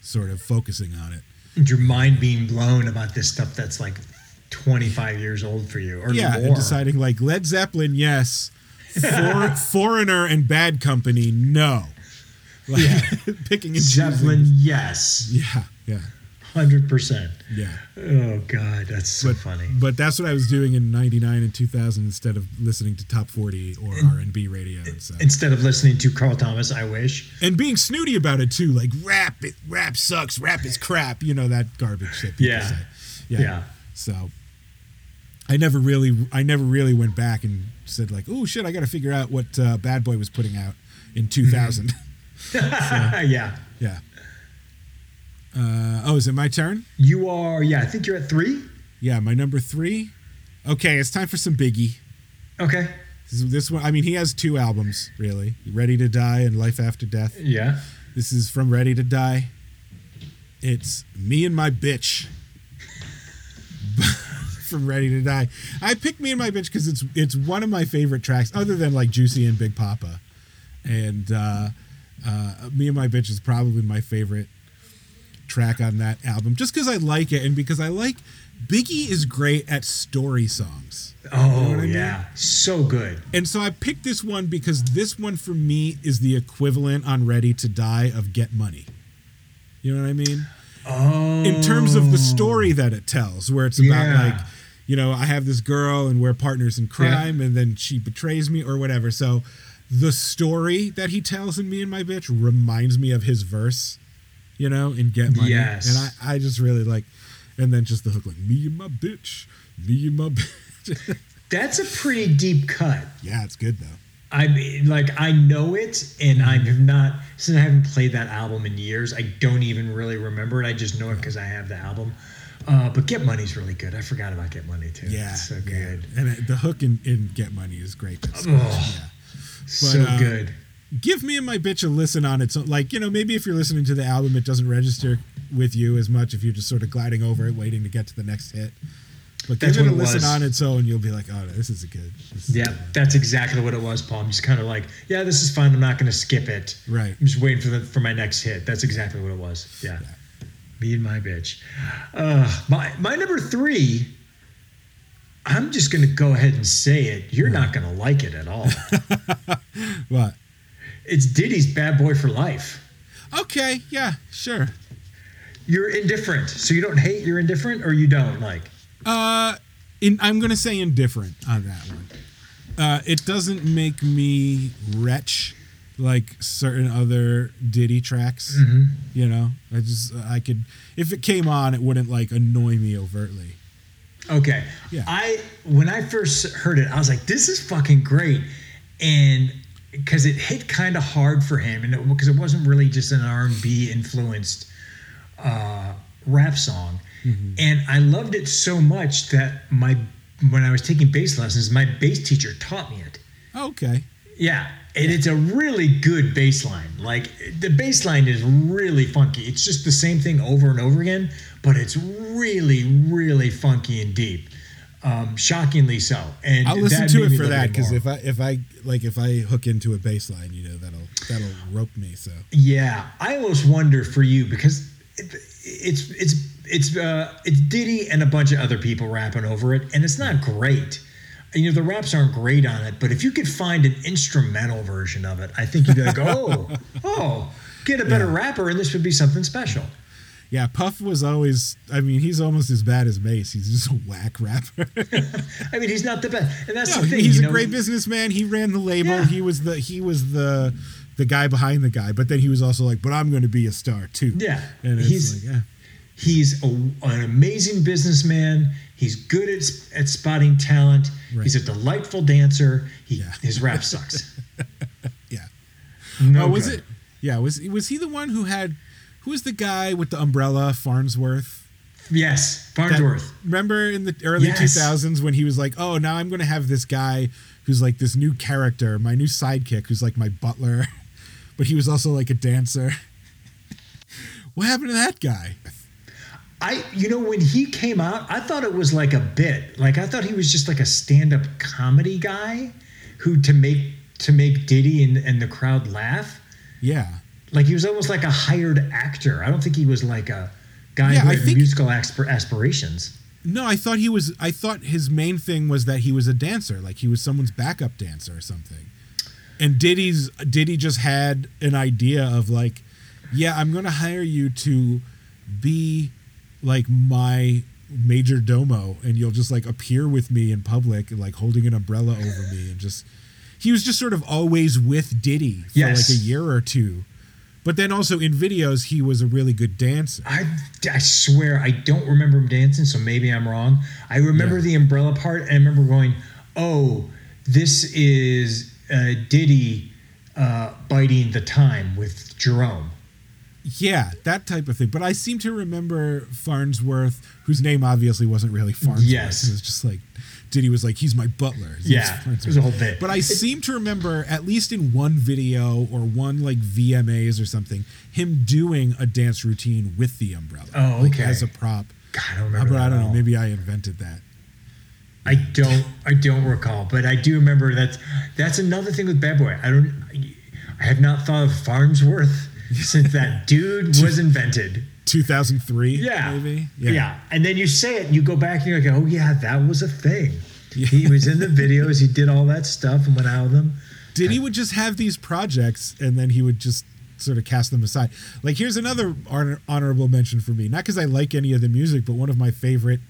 sort of focusing on it. And your mind being blown about this stuff that's like 25 years old for you or Yeah, more. and deciding like Led Zeppelin, yes, For- Foreigner and Bad Company, no. Like, picking and choosing. Zeppelin, yes. Yeah, yeah, 100%. yeah. Oh god, that's so funny. But that's what I was doing in '99 and 2000 instead of listening to top 40 or R&B radio. And, so. Instead of listening to Carl Thomas, I wish. and being snooty about it too, like rap, it, rap sucks, rap is crap. You know that garbage shit. people Yeah. say. yeah, Yeah. So I never really, I never really went back and said like, oh shit, I got to figure out what uh, Bad Boy was putting out in 2000. Yeah. yeah. Uh, oh, is it my turn? You are yeah, I think you're at 3. Yeah, my number three. Okay, it's time for some Biggie. Okay. This, this one, I mean, he has two albums, really Ready to Die and Life After Death. Yeah. This is from Ready to Die. It's Me and My Bitch from Ready to Die. I picked Me and My Bitch because it's, it's one of my favorite tracks, other than like Juicy and Big Papa. And uh, uh, Me and My Bitch is probably my favorite track on that album just because I like it and because I like Biggie is great at story songs. Oh I mean? yeah. So good. And so I picked this one because this one for me is the equivalent on Ready to Die of Get Money. You know what I mean? Oh. In terms of the story that it tells, where it's about Yeah. like, you know, I have this girl and we're partners in crime and then she betrays me or whatever. So the story that he tells in Me and My Bitch reminds me of his verse, you know, in Get Money. Yes. And I, I just really like, and then just the hook like, me and my bitch, me and my bitch. Oh, That's a pretty deep cut. Yeah, it's good though. I mean, like I know it, and I have not since I haven't played that album in years. I don't even really remember it. I just know it because I have the album. Uh, but Get Money's really good. I forgot about Get Money too. Yeah, it's so yeah. good, And uh, the hook in, in Get Money is great. That's Oh. yeah. so uh, good. give me and my bitch a listen on its own. Like, you know, maybe if you're listening to the album, it doesn't register with you as much if you're just sort of gliding over it, waiting to get to the next hit. But That's give it a what it listen was. on its own, you'll be like, oh, no, this is good. This is Yeah, good. that's exactly what it was, Paul. I'm just kind of like, yeah, this is fine. I'm not going to skip it. Right. I'm just waiting for the for my next hit. That's exactly what it was. Yeah. Me and my bitch. Uh, my my number three. I'm just going to go ahead and say it. You're not going to like it at all. What? it's Diddy's "Bad Boy for Life." Okay. Yeah. Sure. You're indifferent, so you don't hate. You're indifferent, or you don't like. Uh, in, I'm going to say indifferent on that one. Uh, it doesn't make me retch like certain other Diddy tracks. Mm-hmm. You know, I just I could if it came on, it wouldn't like annoy me overtly. Okay. Yeah. I when I first heard it, I was like, "This is fucking great," and because it hit kind of hard for him, and because it, wasn't really just an R and B influenced uh, rap song, and I loved it so much that my when I was taking bass lessons, my bass teacher taught me it. Okay. Yeah. And it's a really good bass line. Like the bass line is really funky. It's just the same thing over and over again, but it's really, really funky and deep. Um, shockingly so. And I'll listen that to made it me for love that because more. if I if I like if I hook into a bass line, you know that'll that'll rope me. So Yeah, I almost wonder for you because it, it's it's it's uh, it's Diddy and a bunch of other people rapping over it, and it's not great. You know, the raps aren't great on it, but if you could find an instrumental version of it, I think you'd be like, oh, oh, get a better rapper, and this would be something special. yeah, Puff was always. I mean, he's almost as bad as Mace. He's just a whack rapper. I mean, he's not the best, and that's No, the thing. he's a you know, great businessman. He ran the label. Yeah. He was the he was the the guy behind the guy. But then he was also like, but I'm going to be a star too. Yeah, and it's he's- like, yeah. He's a, an amazing businessman. He's good at, at spotting talent. Right. He's a delightful dancer. He, Yeah. His rap sucks. yeah. No Oh, was good. it? Yeah, was was he the one who had? Who was the guy with the umbrella? Farnsworth. Yes, That- Farnsworth. remember in the early Yes. 2000s when he was like, "Oh, now I'm going to have this guy who's like this new character, my new sidekick, who's like my butler, but he was also like a dancer." what happened to that guy? I, you know, when he came out, I thought it was like a bit. Like I thought he was just like a stand-up comedy guy, who to make to make Diddy and, and the crowd laugh. Yeah, Like he was almost like a hired actor. I don't think he was like a guy Yeah, who I had think- musical aspir- aspirations. no, I thought he was. I thought his main thing was that he was a dancer, like he was someone's backup dancer or something. And Diddy's Diddy just had an idea of like, yeah, I'm going to hire you to be like my major domo and you'll just like appear with me in public like holding an umbrella over me and just he was just sort of always with Diddy for Yes. like a year or two. But then also in videos he was a really good dancer. I, I swear I don't remember him dancing, so maybe I'm wrong. I remember Yeah. the umbrella part, and I remember going, "Oh, this is uh, Diddy uh, biting the time with Jerome." Yeah, that type of thing. But I seem to remember Farnsworth, whose name obviously wasn't really Farnsworth. Yes. It was just like Diddy was like, he's my butler. He's Yeah, Farnsworth. it was a whole bit. But I seem to remember, at least in one video or one like VMAs or something, him doing a dance routine with the umbrella. Oh, like, okay. as a prop. God, I don't Uh, remember. But that I at don't know. all. Maybe I invented that. I don't. I don't recall, but I do remember that's that's another thing with Bad Boy. I don't. I have not thought of Farnsworth since that dude was invented. 2003, Yeah. maybe? Yeah. And then you say it and you go back and you're like, oh, yeah, that was a thing. He was in the videos. He did all that stuff and went out with them. Diddy would just have these projects and then he would just sort of cast them aside. Like here's another honor- honorable mention for me. Not because I like any of the music, but one of my favorite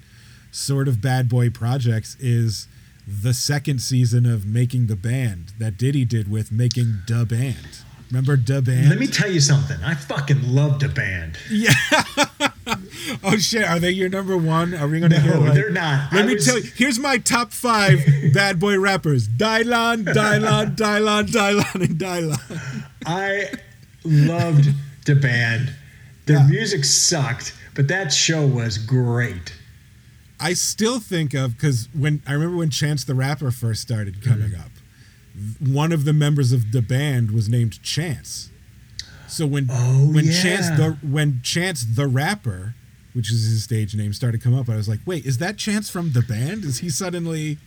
sort of bad boy projects is the second season of Making the Band that Diddy did with Making Da Band. Remember Da Band? Let me tell you something. I fucking loved a band. yeah. oh shit, are they your number one? Are we gonna No, hear? Like, they're not. Let I me was- tell you. Here's my top five bad boy rappers: Dylon, Dylon, Dylon, Dylon, and Dylon. I loved the band. Their Yeah. music sucked, but that show was great. I still think of because when I remember when Chance the Rapper first started Mm-hmm. coming up, one of the members of the band was named Chance. So when Oh, when yeah. Chance the when Chance the Rapper, which is his stage name, started to come up, I was like, wait, is that Chance from the band? Is he suddenly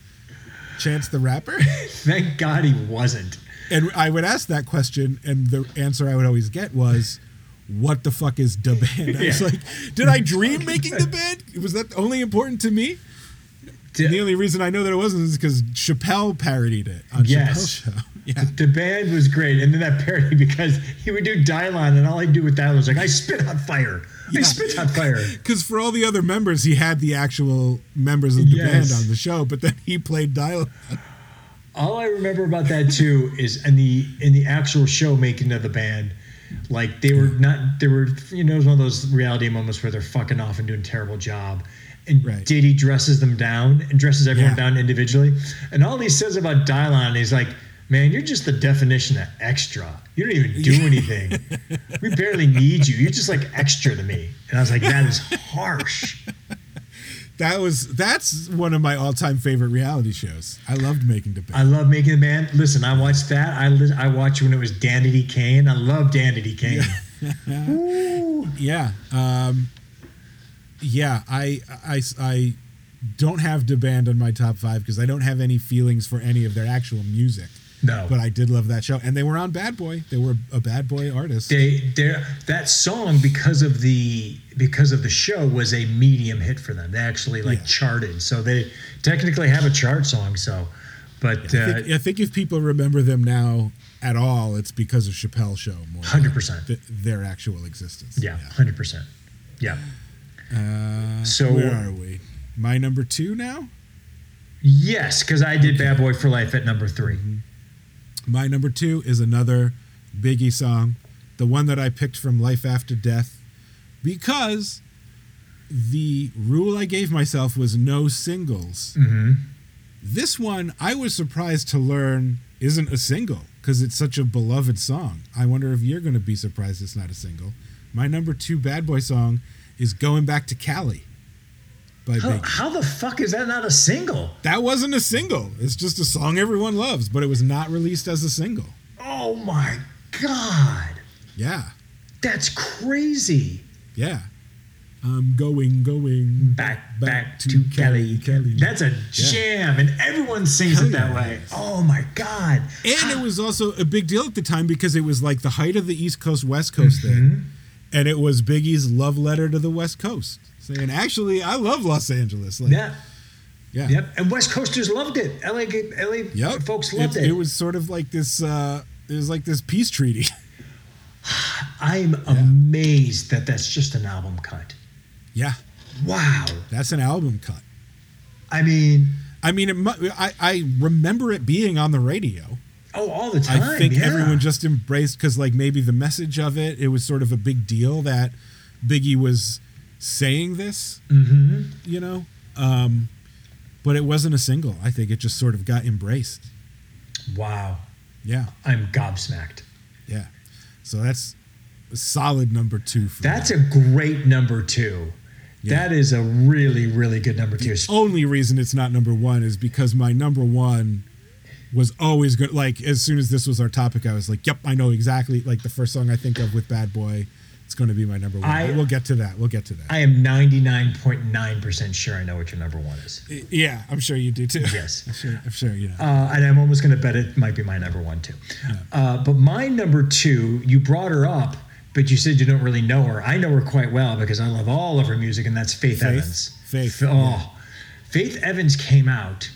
Chance the Rapper? Thank God he wasn't. and I would ask that question, and the answer I would always get was. What the fuck is the band? I was Yeah. like, did I dream making the band? Was that only important to me? The, And the only reason I know that it wasn't is because Chappelle parodied it on Chappelle's Yes. show. Yeah. the band was great, and then that parody because he would do Dylon, and all he'd do with Dylon was like, "I spit on fire, I Yeah. spit on fire." Because for all the other members, he had the actual members of the Yes. band on the show, but then he played dialogue. All I remember about that too is in the in the actual show making of the band, like they were not they were you know it was one of those reality moments where they're fucking off and doing a terrible job, and Right. Diddy dresses them down and dresses everyone Yeah. down individually, and all he says about Dylon is like, man, you're just the definition of extra. You don't even do anything. we barely need you. You're just like extra to me. And I was like, that is harsh. That was that's one of my all-time favorite reality shows. I loved making the I band. love making the man. Listen, I watched that. I li- I watched when it was Danity Kane. I love Danity Kane. Ooh. yeah. Um, yeah. I I I don't have the band on my top five because I don't have any feelings for any of their actual music. No, But I did love that show, and they were on Bad Boy. They were a Bad Boy artist. they they that song because of the because of the show was a medium hit for them. They actually like Yeah. charted, so they technically have a chart song. So, but I uh think, I think if people remember them now at all, it's because of Chappelle's show more. than 100%. th- their actual existence. yeah, hundred percent. Yeah. Uh, So- where are we? My number two now. Yes, because I did Bad Boy for Life at number 3 Mm-hmm. My number two is another Biggie song, the one that I picked from Life After Death, because the rule I gave myself was no singles. Mm-hmm. This one I was surprised to learn isn't a single because it's such a beloved song. I wonder if you're going to be surprised it's not a single. My number two Bad Boy song is "Going Back to Cali" by How, Biggie. how the fuck is that not a single? That wasn't a single. It's just a song everyone loves, but it was not released as a single. Oh my god, Yeah. that's crazy. Yeah. I'm going, going. back Back back, to to, Kelly, Kelly. Kelly. That's a jam, and everyone sings Hell it that yeah. way. Oh my god! And it was also a big deal at the time because it was like the height of the East Coast, West Coast Mm-hmm. thing. And it was Biggie's love letter to the West Coast saying, actually, I love Los Angeles. Like, yeah, yeah. yep. And West Coasters loved it. LA, g- LA Yep. folks loved it, it. it was sort of like this, uh, it was like this peace treaty. I'm amazed that that's just an album cut. yeah. Wow. That's an album cut. I mean, I mean, it mu- I, I remember it being on the radio. oh, all the time. I think yeah. everyone just embraced because, like, maybe the message of it, it was sort of a big deal that Biggie was saying this, mm-hmm. you know? Um, but it wasn't a single. I think it just sort of got embraced. Wow. Yeah, I'm gobsmacked. yeah. So that's a solid number two for That's me. a great number two. That is a really, really good number two. Only reason it's not number one is because my number one was always good. Like, as soon as this was our topic, I was like, yep, I know exactly. Like, the first song I think of with Bad Boy. It's going to be my number one. I- But we'll get to that. We'll get to that. I am 99.9% sure I know what your number one is. Yeah, I'm sure you do too. Yes. I'm sure, I'm sure you know. Uh, and I'm almost going to bet it might be my number one too. Uh, but my number two, you brought her up, but you said you don't really know her. I know her quite well because I love all of her music, and that's Faith, Evans. Faith, F- oh, Faith Evans came out,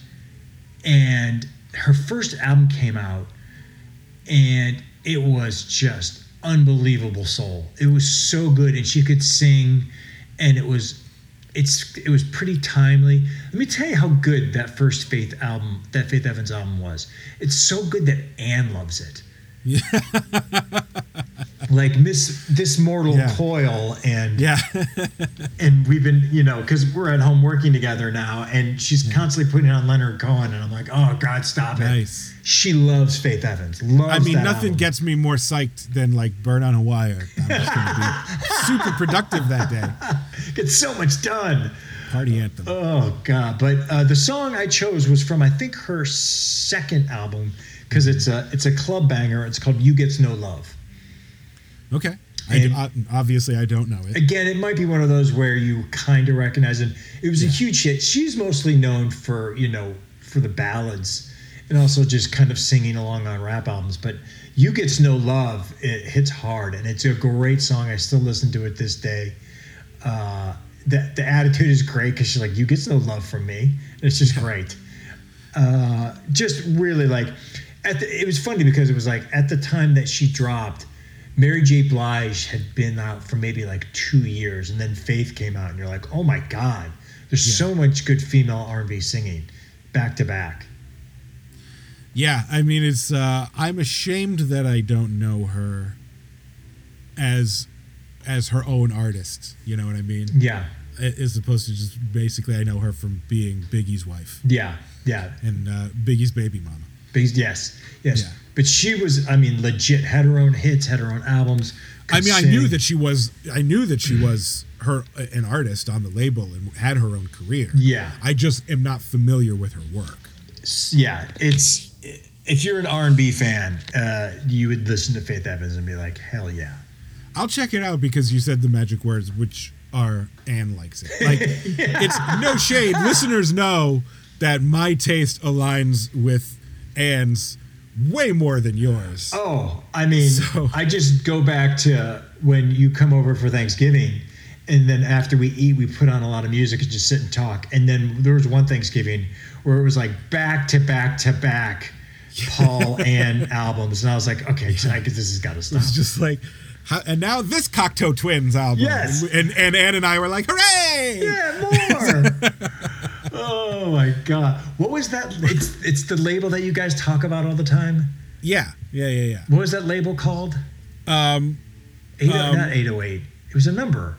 and her first album came out, and it was just unbelievable soul. It was so good, and she could sing, and it was it's it was pretty timely. Let me tell you how good that first Faith album, that Faith Evans album was. It's so good that Anne loves it. like miss this mortal Yeah. coil and Yeah. and we've been you know because we're at home working together now and she's constantly putting on leonard cohen and i'm like oh god stop it Nice. she loves faith evans loves I mean, that nothing album. gets me more psyched than like Burn on a Wire. I'm just going to be super productive that day. gets so much done Party anthem. Oh God! But uh, the song I chose was from I think her second album because it's a it's a club banger. It's called "You Gets No Love." Okay. I do, and- uh, obviously, I don't know it. Again, it might be one of those where you kind of recognize it. It was a huge hit. She's mostly known for you know for the ballads and also just kind of singing along on rap albums. But "You Gets No Love" it hits hard and it's a great song. I still listen to it this day. Uh, the, the attitude is great because she's like, "You gets no love from me." It's just great. Uh, just really like, at the, it was funny because it was like at the time that she dropped, Mary J. Blige had been out for maybe like two years, and then Faith came out, and you're like, "Oh my God, there's so much good female R&B singing, back to back." Yeah, I mean it's uh I'm ashamed that I don't know her as as her own artist, you know what I mean? Yeah, A- As opposed to just basically I know her from being Biggie's wife yeah, yeah. and uh Biggie's baby mama. Because- Yes, yes. Yeah. But she was, I mean, legit. Had her own hits, had her own albums. I could mean I knew sing. that she was I knew that she was her an artist on the label and had her own career. Yeah. I just am not familiar with her work. yeah, it's if you're an R and B fan, uh, you would listen to Faith Evans and be like, hell yeah, I'll check it out because you said the magic words, which are Anne likes it. Like it's no shade. Listeners know that my taste aligns with Anne's way more than yours. Oh, I mean, So- I just go back to when you come over for Thanksgiving, and then after we eat, we put on a lot of music and just sit and talk. And then there was one Thanksgiving where it was like back to back to back Paul and albums, and I was like, okay, I guess this has got to stop. It's just like, how, and now this Cocteau Twins album. Yes. And, and Anne and I were like, hooray! yeah, more. oh my god, what was that? It's it's the label that you guys talk about all the time. Yeah, yeah, yeah, What was that label called? yeah. Um, Eight, not eight oh eight. It was a number.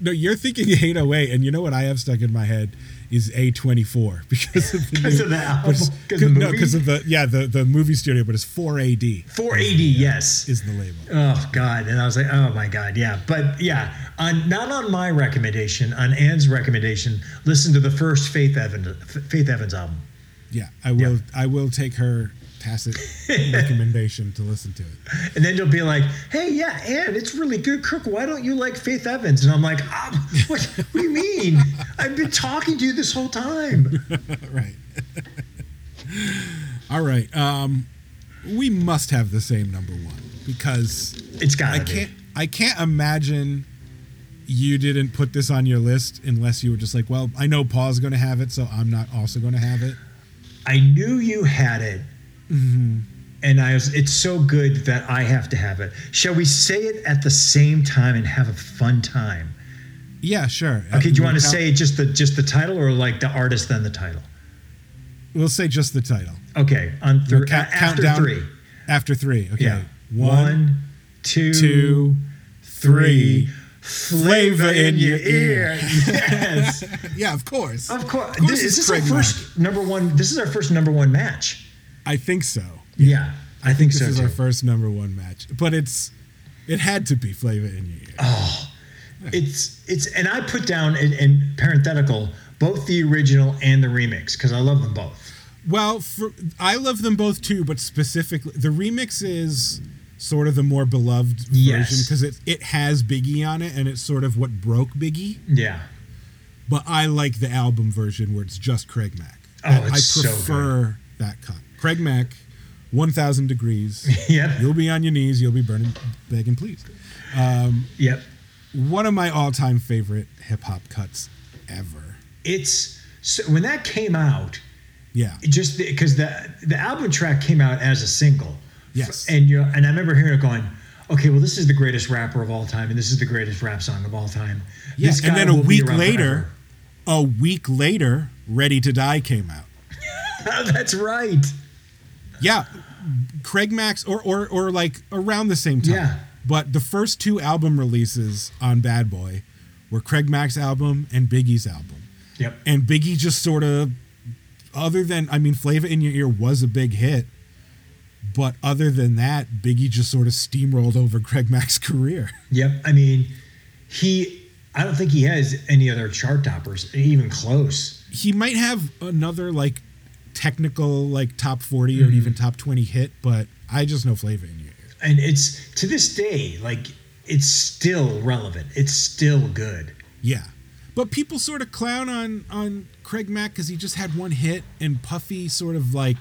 no, you're thinking 808, and you know what I have stuck in my head is A24 because of the Because new- of the album. but it's- 'Cause the no, movie. because of the yeah the the movie studio, but it's 4AD. 480, yes. is the label. Oh God! And I was like, oh my God, yeah. But yeah, on not on my recommendation, on Ann's recommendation. Listen to the first Faith Evans Faith Evans album. Yeah, I will. I will take her tacit recommendation to listen to it. And then you'll be like, hey, yeah, Ann, it's really good. Kirk, why don't you like Faith Evans? And I'm like, um, what, what do you mean? I've been talking to you this whole time. Right. All right. Um, we must have the same number one because It's got I to be. can't. I can't imagine you didn't put this on your list unless you were just like, well, I know Paul's going to have it, so I'm not also going to have it. I knew you had it. Mm-hmm. And I was, it's so good that I have to have it. Shall we say it at the same time and have a fun time? Yeah, sure. Okay, do you want to We'll- say just the just the title or like the artist then the title? We'll say just the title. Okay, on three We'll count- after countdown. three. After three. Okay. Yeah, One, one, two, three. two, three. Flavor in your ear. yes, Yeah, of course. of course. course this, it's is our Craig Mack. first number one. This is our first number one match. I think so. Yeah, I, think, This so is too. our first number one match, but it's it had to be Flavor in Your Ear. it's it's and I put down in, in parenthetical both the original and the remix because I love them both. Well, for, I love them both too, but specifically the remix is sort of the more beloved Yes. version because it it has Biggie on it, and it's sort of what broke Biggie. Yeah, But I like the album version where it's just Craig Mack. Oh, That- it's so I good. prefer that cut. Craig Mack, one thousand degrees. Yep. You'll be on your knees. You'll be burning, begging, please. yep. One of my all-time favorite hip hop cuts ever. It's so when that came out. Yeah. just because the, the album track came out as a single. Yes. And you and I remember hearing it going, okay, well this is the greatest rapper of all time, and this is the greatest rap song of all time. Yeah, This and guy then a will be week around later, a week later, Ready to Die came out. forever. Oh, That's right. Yeah, Craig Max, or or or like around the same time. Yeah. But the first two album releases on Bad Boy were Craig Mack's album and Biggie's album. Yep. And Biggie just sort of, other than, I mean, Flavor in Your Ear was a big hit. But other than that, Biggie just sort of steamrolled over Craig Mack's career. Yep. I mean, he. I don't think he has any other chart toppers, even close. He might have another, like, technical, like, top 40 or even top 20 hit, but I just know Flavor in Your Ear. And it's to this day, like it's still relevant. It's still good. Yeah. But people sort of clown on on Craig Mack because he just had one hit and Puffy sort of like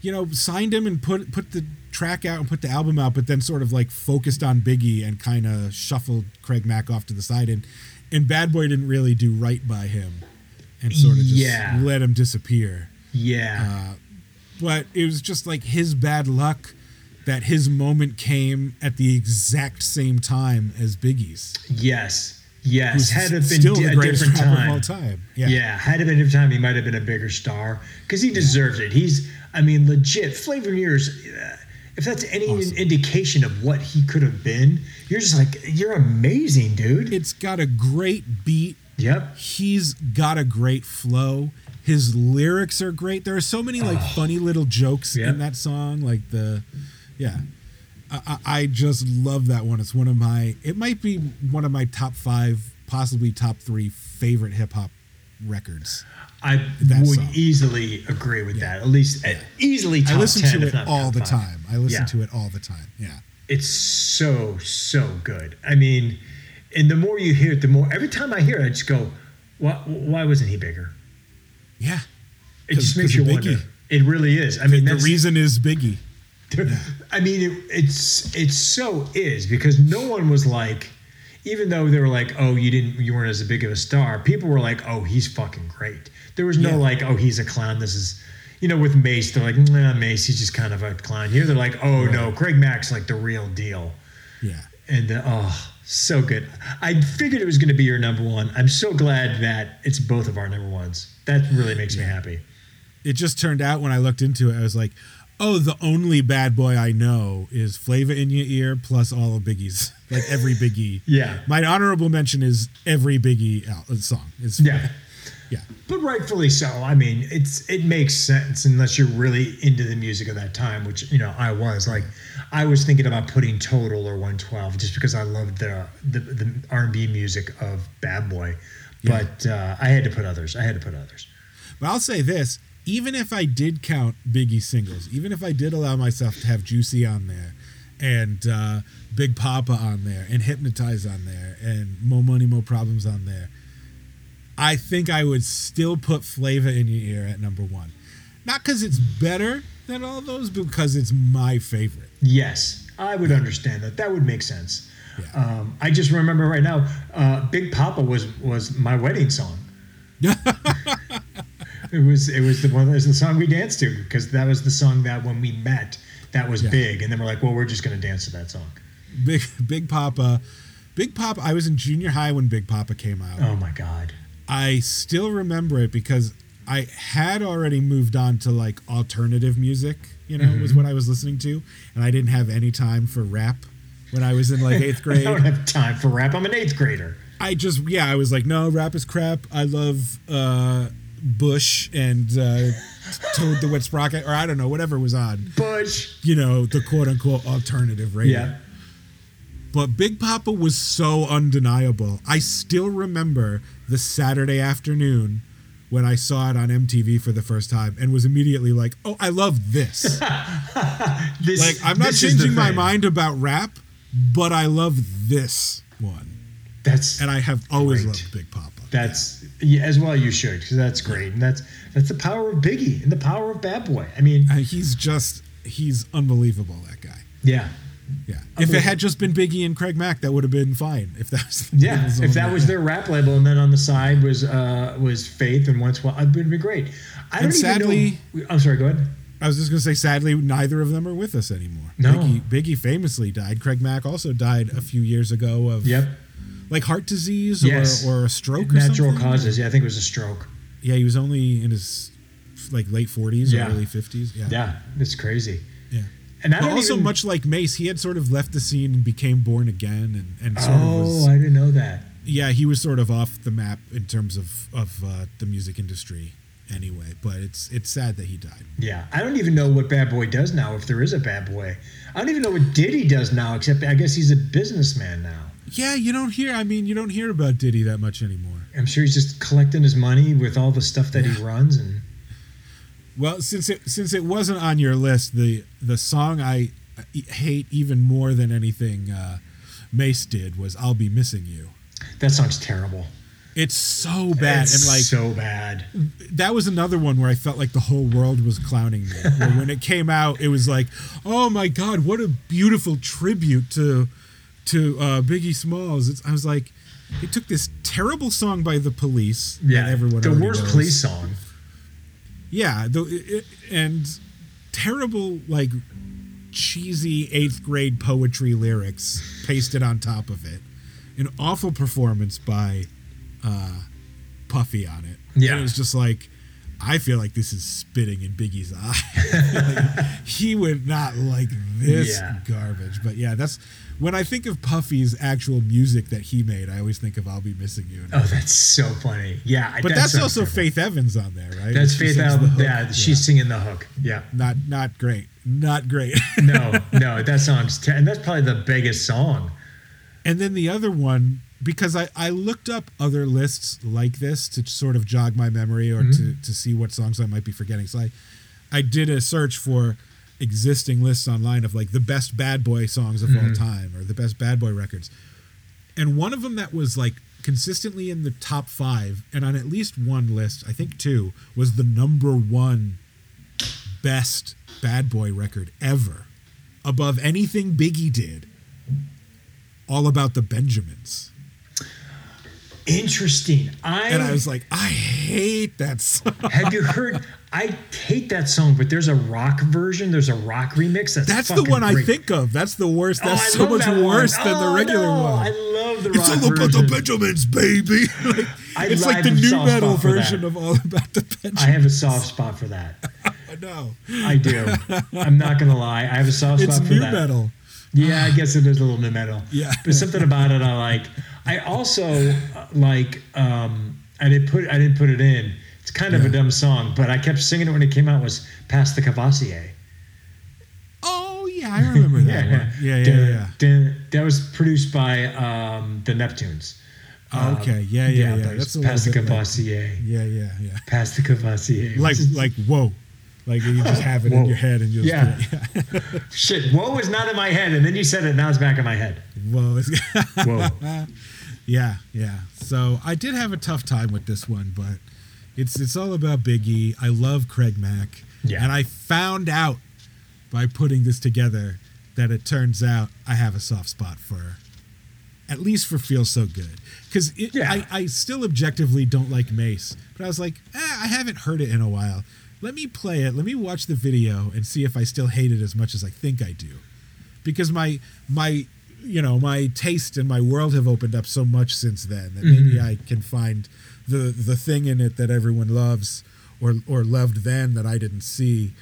you know, signed him and put put the track out and put the album out, but then sort of like focused on Biggie and kind of shuffled Craig Mack off to the side and and Bad Boy didn't really do right by him and sort of just Yeah. let him disappear. Uh, Yeah. But it was just like his bad luck that his moment came at the exact same time as Biggie's. yes. Yes. Had it been still di- the a greatest different rapper time. of all time. Yeah. Had it been a different time, he might have been a bigger star because he deserves it. He's, I mean, legit. Flavor Years. Uh, if that's any Awesome. indication of what he could have been, you're just like you're amazing, dude. It's got a great beat. yep. He's got a great flow. His lyrics are great. There are so many like Oh. funny little jokes Yeah. in that song. Like the, yeah, I, I I just love that one. It's one of my. It might be one of my top five, possibly top three favorite hip hop records. I That would song. easily agree with that. At least at easily top I listen 10, to if it not all top the five. time. I listen Yeah. to it all the time. Yeah. It's so, so good. I mean, and the more you hear it, the more every time I hear it, I just go, why, why wasn't he bigger? Yeah. It 'Cause- just makes 'cause you of wonder. Biggie. It really is. I mean, The that's, reason is Biggie. I mean, it, it's it so is because no one was like, even though they were like, oh, you didn't, you weren't as big of a star. People were like, oh, he's fucking great. There was no Yeah. like, oh, he's a clown. This is, you know, with Mace, they're like, nah, Mace, he's just kind of a clown. Here, they're like, oh no, Craig Mack's like the real deal. Yeah. And uh, oh, so good. I figured it was going to be your number one. I'm so glad that it's both of our number ones. That really makes me happy. it just turned out when I looked into it, I was like, oh, the only bad boy I know is Flavor in Your Ear plus all of Biggie's, like every Biggie. Yeah. My honorable mention is every Biggie al- song. It's, Yeah. Yeah. But rightfully so. I mean, it's it makes sense unless you're really into the music of that time, which you know I was. Like, I was thinking about putting Total or 112 just because I loved the the, the R&B music of Bad Boy, but uh, I had to put others. I had to put others. But I'll say this even if I did count Biggie singles, even if I did allow myself to have Juicy on there and uh, Big Papa on there and Hypnotize on there and Mo Money, Mo Problems on there, I think I would still put Flavor in Your Ear at number one. Not because it's better than all those, but because it's my favorite. Yes, I would understand that. That would make sense. Yeah. Um, I just remember right now, uh, Big Papa was was my wedding song. it was it was the one that was the song we danced to because that was the song that when we met that was Yeah. big, and then we're like, well, we're just gonna dance to that song. Big Big Papa, Big Papa. I was in junior high when Big Papa came out. Oh my god. I still remember it because I had already moved on to like alternative music, you know, was Mm-hmm. what I was listening to. And I didn't have any time for rap when I was in like eighth I don't grade. have time for rap. I'm an eighth grader. I just, yeah, I was like, no, rap is crap. I love uh, Bush and uh, Toad the Wet Sprocket, or I don't know, whatever was on, Bush. you know, the quote unquote alternative radio. Yeah. But Big Papa was so undeniable. I still remember the Saturday afternoon when I saw it on MTV for the first time and was immediately like, "Oh, I love this." This. like, I'm not this is the changing my thing. mind about rap, but I love this one. That's And I have always Great. loved Big Papa. That's yeah, as well you should because that's great and that's that's the power of Biggie and the power of Bad Boy. I mean, And he's just he's unbelievable that guy. yeah, Yeah. If it had just been Biggie and Craig Mack, that would have been fine. If that was yeah. his If own that rap. was their rap label and then on the side was uh was Faith and once well, it would be great. I And don't sadly- even know. I'm sorry. Go ahead. I was just gonna say, sadly, neither of them are with us anymore. No. Biggie, Biggie famously died. Craig Mack also died a few years ago of Yep. like heart disease Yes. or, or a stroke or Natural something. causes. Yeah, I think it was a stroke. Yeah, he was only in his like late forties Yeah. or early fifties. Yeah. Yeah, it's crazy. Yeah. And I don't also, even, much like Mace, he had sort of left the scene and became born again, and and sort Oh, of was I didn't know that. yeah, he was sort of off the map in terms of of uh, the music industry anyway. But it's it's sad that he died. Yeah, I don't even know what Bad Boy does now, if there is a Bad Boy. I don't even know what Diddy does now, except I guess he's a businessman now. Yeah, you don't hear. I mean, you don't hear about Diddy that much anymore. I'm sure he's just collecting his money with all the stuff that he runs, and Well, since it since it wasn't on your list, the the song I e- hate even more than anything uh, Mace did was "I'll Be Missing You." that song's terrible. It's so bad, It's and like so bad. that was another one where I felt like the whole world was clowning me. Where when it came out, it was like, "Oh my God, what a beautiful tribute to to uh, Biggie Smalls." It's, I was like, they took this terrible song by the Police. that Yeah, everyone the already worst knows. police song. Yeah, the, it, it- and terrible like cheesy eighth grade poetry lyrics pasted on top of it. An awful performance by uh, Puffy on it. Yeah. and it was just like I feel like this is spitting in Biggie's eye. Like, he would not like this Yeah. garbage. But yeah, that's when I think of Puffy's actual music that he made. I always think of "I'll Be Missing You." Oh, that's so funny. Yeah, but that's also Faith. Faith Evans on there, right? That's She Faith sings Allen. the hook. Yeah, she's singing the hook. Yeah. not not great not great No, no, that song's te- and that's probably the biggest song. and then the other one because I, I looked up other lists like this to sort of jog my memory or to, to see what songs I might be forgetting. So I, I did a search for existing lists online of like the best bad boy songs of all time or the best bad boy records. And one of them that was like consistently in the top five and on at least one list, I think two, was the number one best bad boy record ever above anything Biggie did. All about the Benjamins. Interesting. I, And I was like, I hate that song. have you heard? I hate that song, but there's a rock version. There's a rock remix. That's That's the fucking one I great. think of. That's the worst. Oh, That's I so love much that one. worse than the Oh, regular no, one. I love the rock It's all about version. the Benjamins, baby. Like, I it's like lied the to new myself metal for that. version of All About the I Benjamins. have a soft spot for that. no, I do. I'm not gonna lie. I have a soft it's spot for new that. metal. Yeah, I guess it is a little new metal. Yeah. but something about it I like. I also uh, like. Um, I didn't put. I didn't put it in. It's kind of a dumb song, but I kept singing it when it came out. Was "Past the Cavassier." Oh yeah, I remember that one. Yeah, yeah, Dun, yeah. dun. that was produced by um, the Neptunes. Oh, okay, yeah, yeah, yeah. Um, but it's That's a "Past the little bit like, Cavassier." Yeah, yeah, yeah. "Past the Cavassier." Like, like whoa, like you just have it in Whoa. your head and you just Yeah. yeah. shit. Whoa is not in my head, and then you said it. Now it's back in my head. whoa. It's, Whoa. Yeah, yeah. So I did have a tough time with this one, but it's it's all about Biggie. I love Craig Mack. Yeah. And I found out by putting this together that it turns out I have a soft spot for at least for Feel So Good. Because Yeah. I, I still objectively don't like Mace, but I was like, eh, I haven't heard it in a while. Let me play it. Let me watch the video and see if I still hate it as much as I think I do. Because my my you know my taste and my world have opened up so much since then that maybe I can find the the thing in it that everyone loves or or loved then that I didn't see.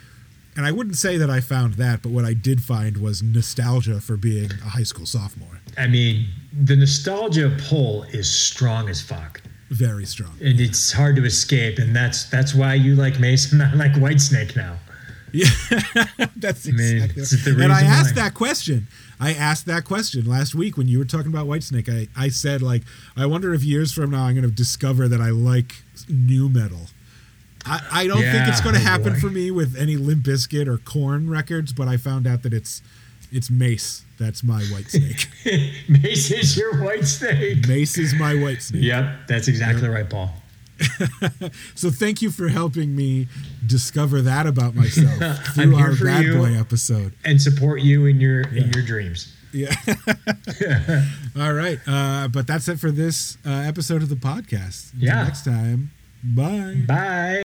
And I wouldn't say that I found that, but what I did find was nostalgia for being a high school sophomore. I mean, the nostalgia pull is strong as fuck, Very strong. and it's hard to escape. And that's that's why you like Mason, I like Whitesnake now. Yeah, that's mean, exactly. it's the and I reason asked why. that question. I asked that question last week when you were talking about Whitesnake. I, I said like, I wonder if years from now I'm going to discover that I like new metal. I, I don't think it's Yeah, going to oh happen boy. for me with any Limp Bizkit or Corn records, but I found out that it's it's Mace. That's my Whitesnake. Mace is your Whitesnake. Mace is my Whitesnake. Yep, that's exactly right, Paul. So thank you for helping me discover that about myself through here our for Bad you. Boy episode. And support you in your in your dreams. Yeah. All right. Uh, but that's it for this uh, episode of the podcast. Until Yeah. Next time. Bye. Bye.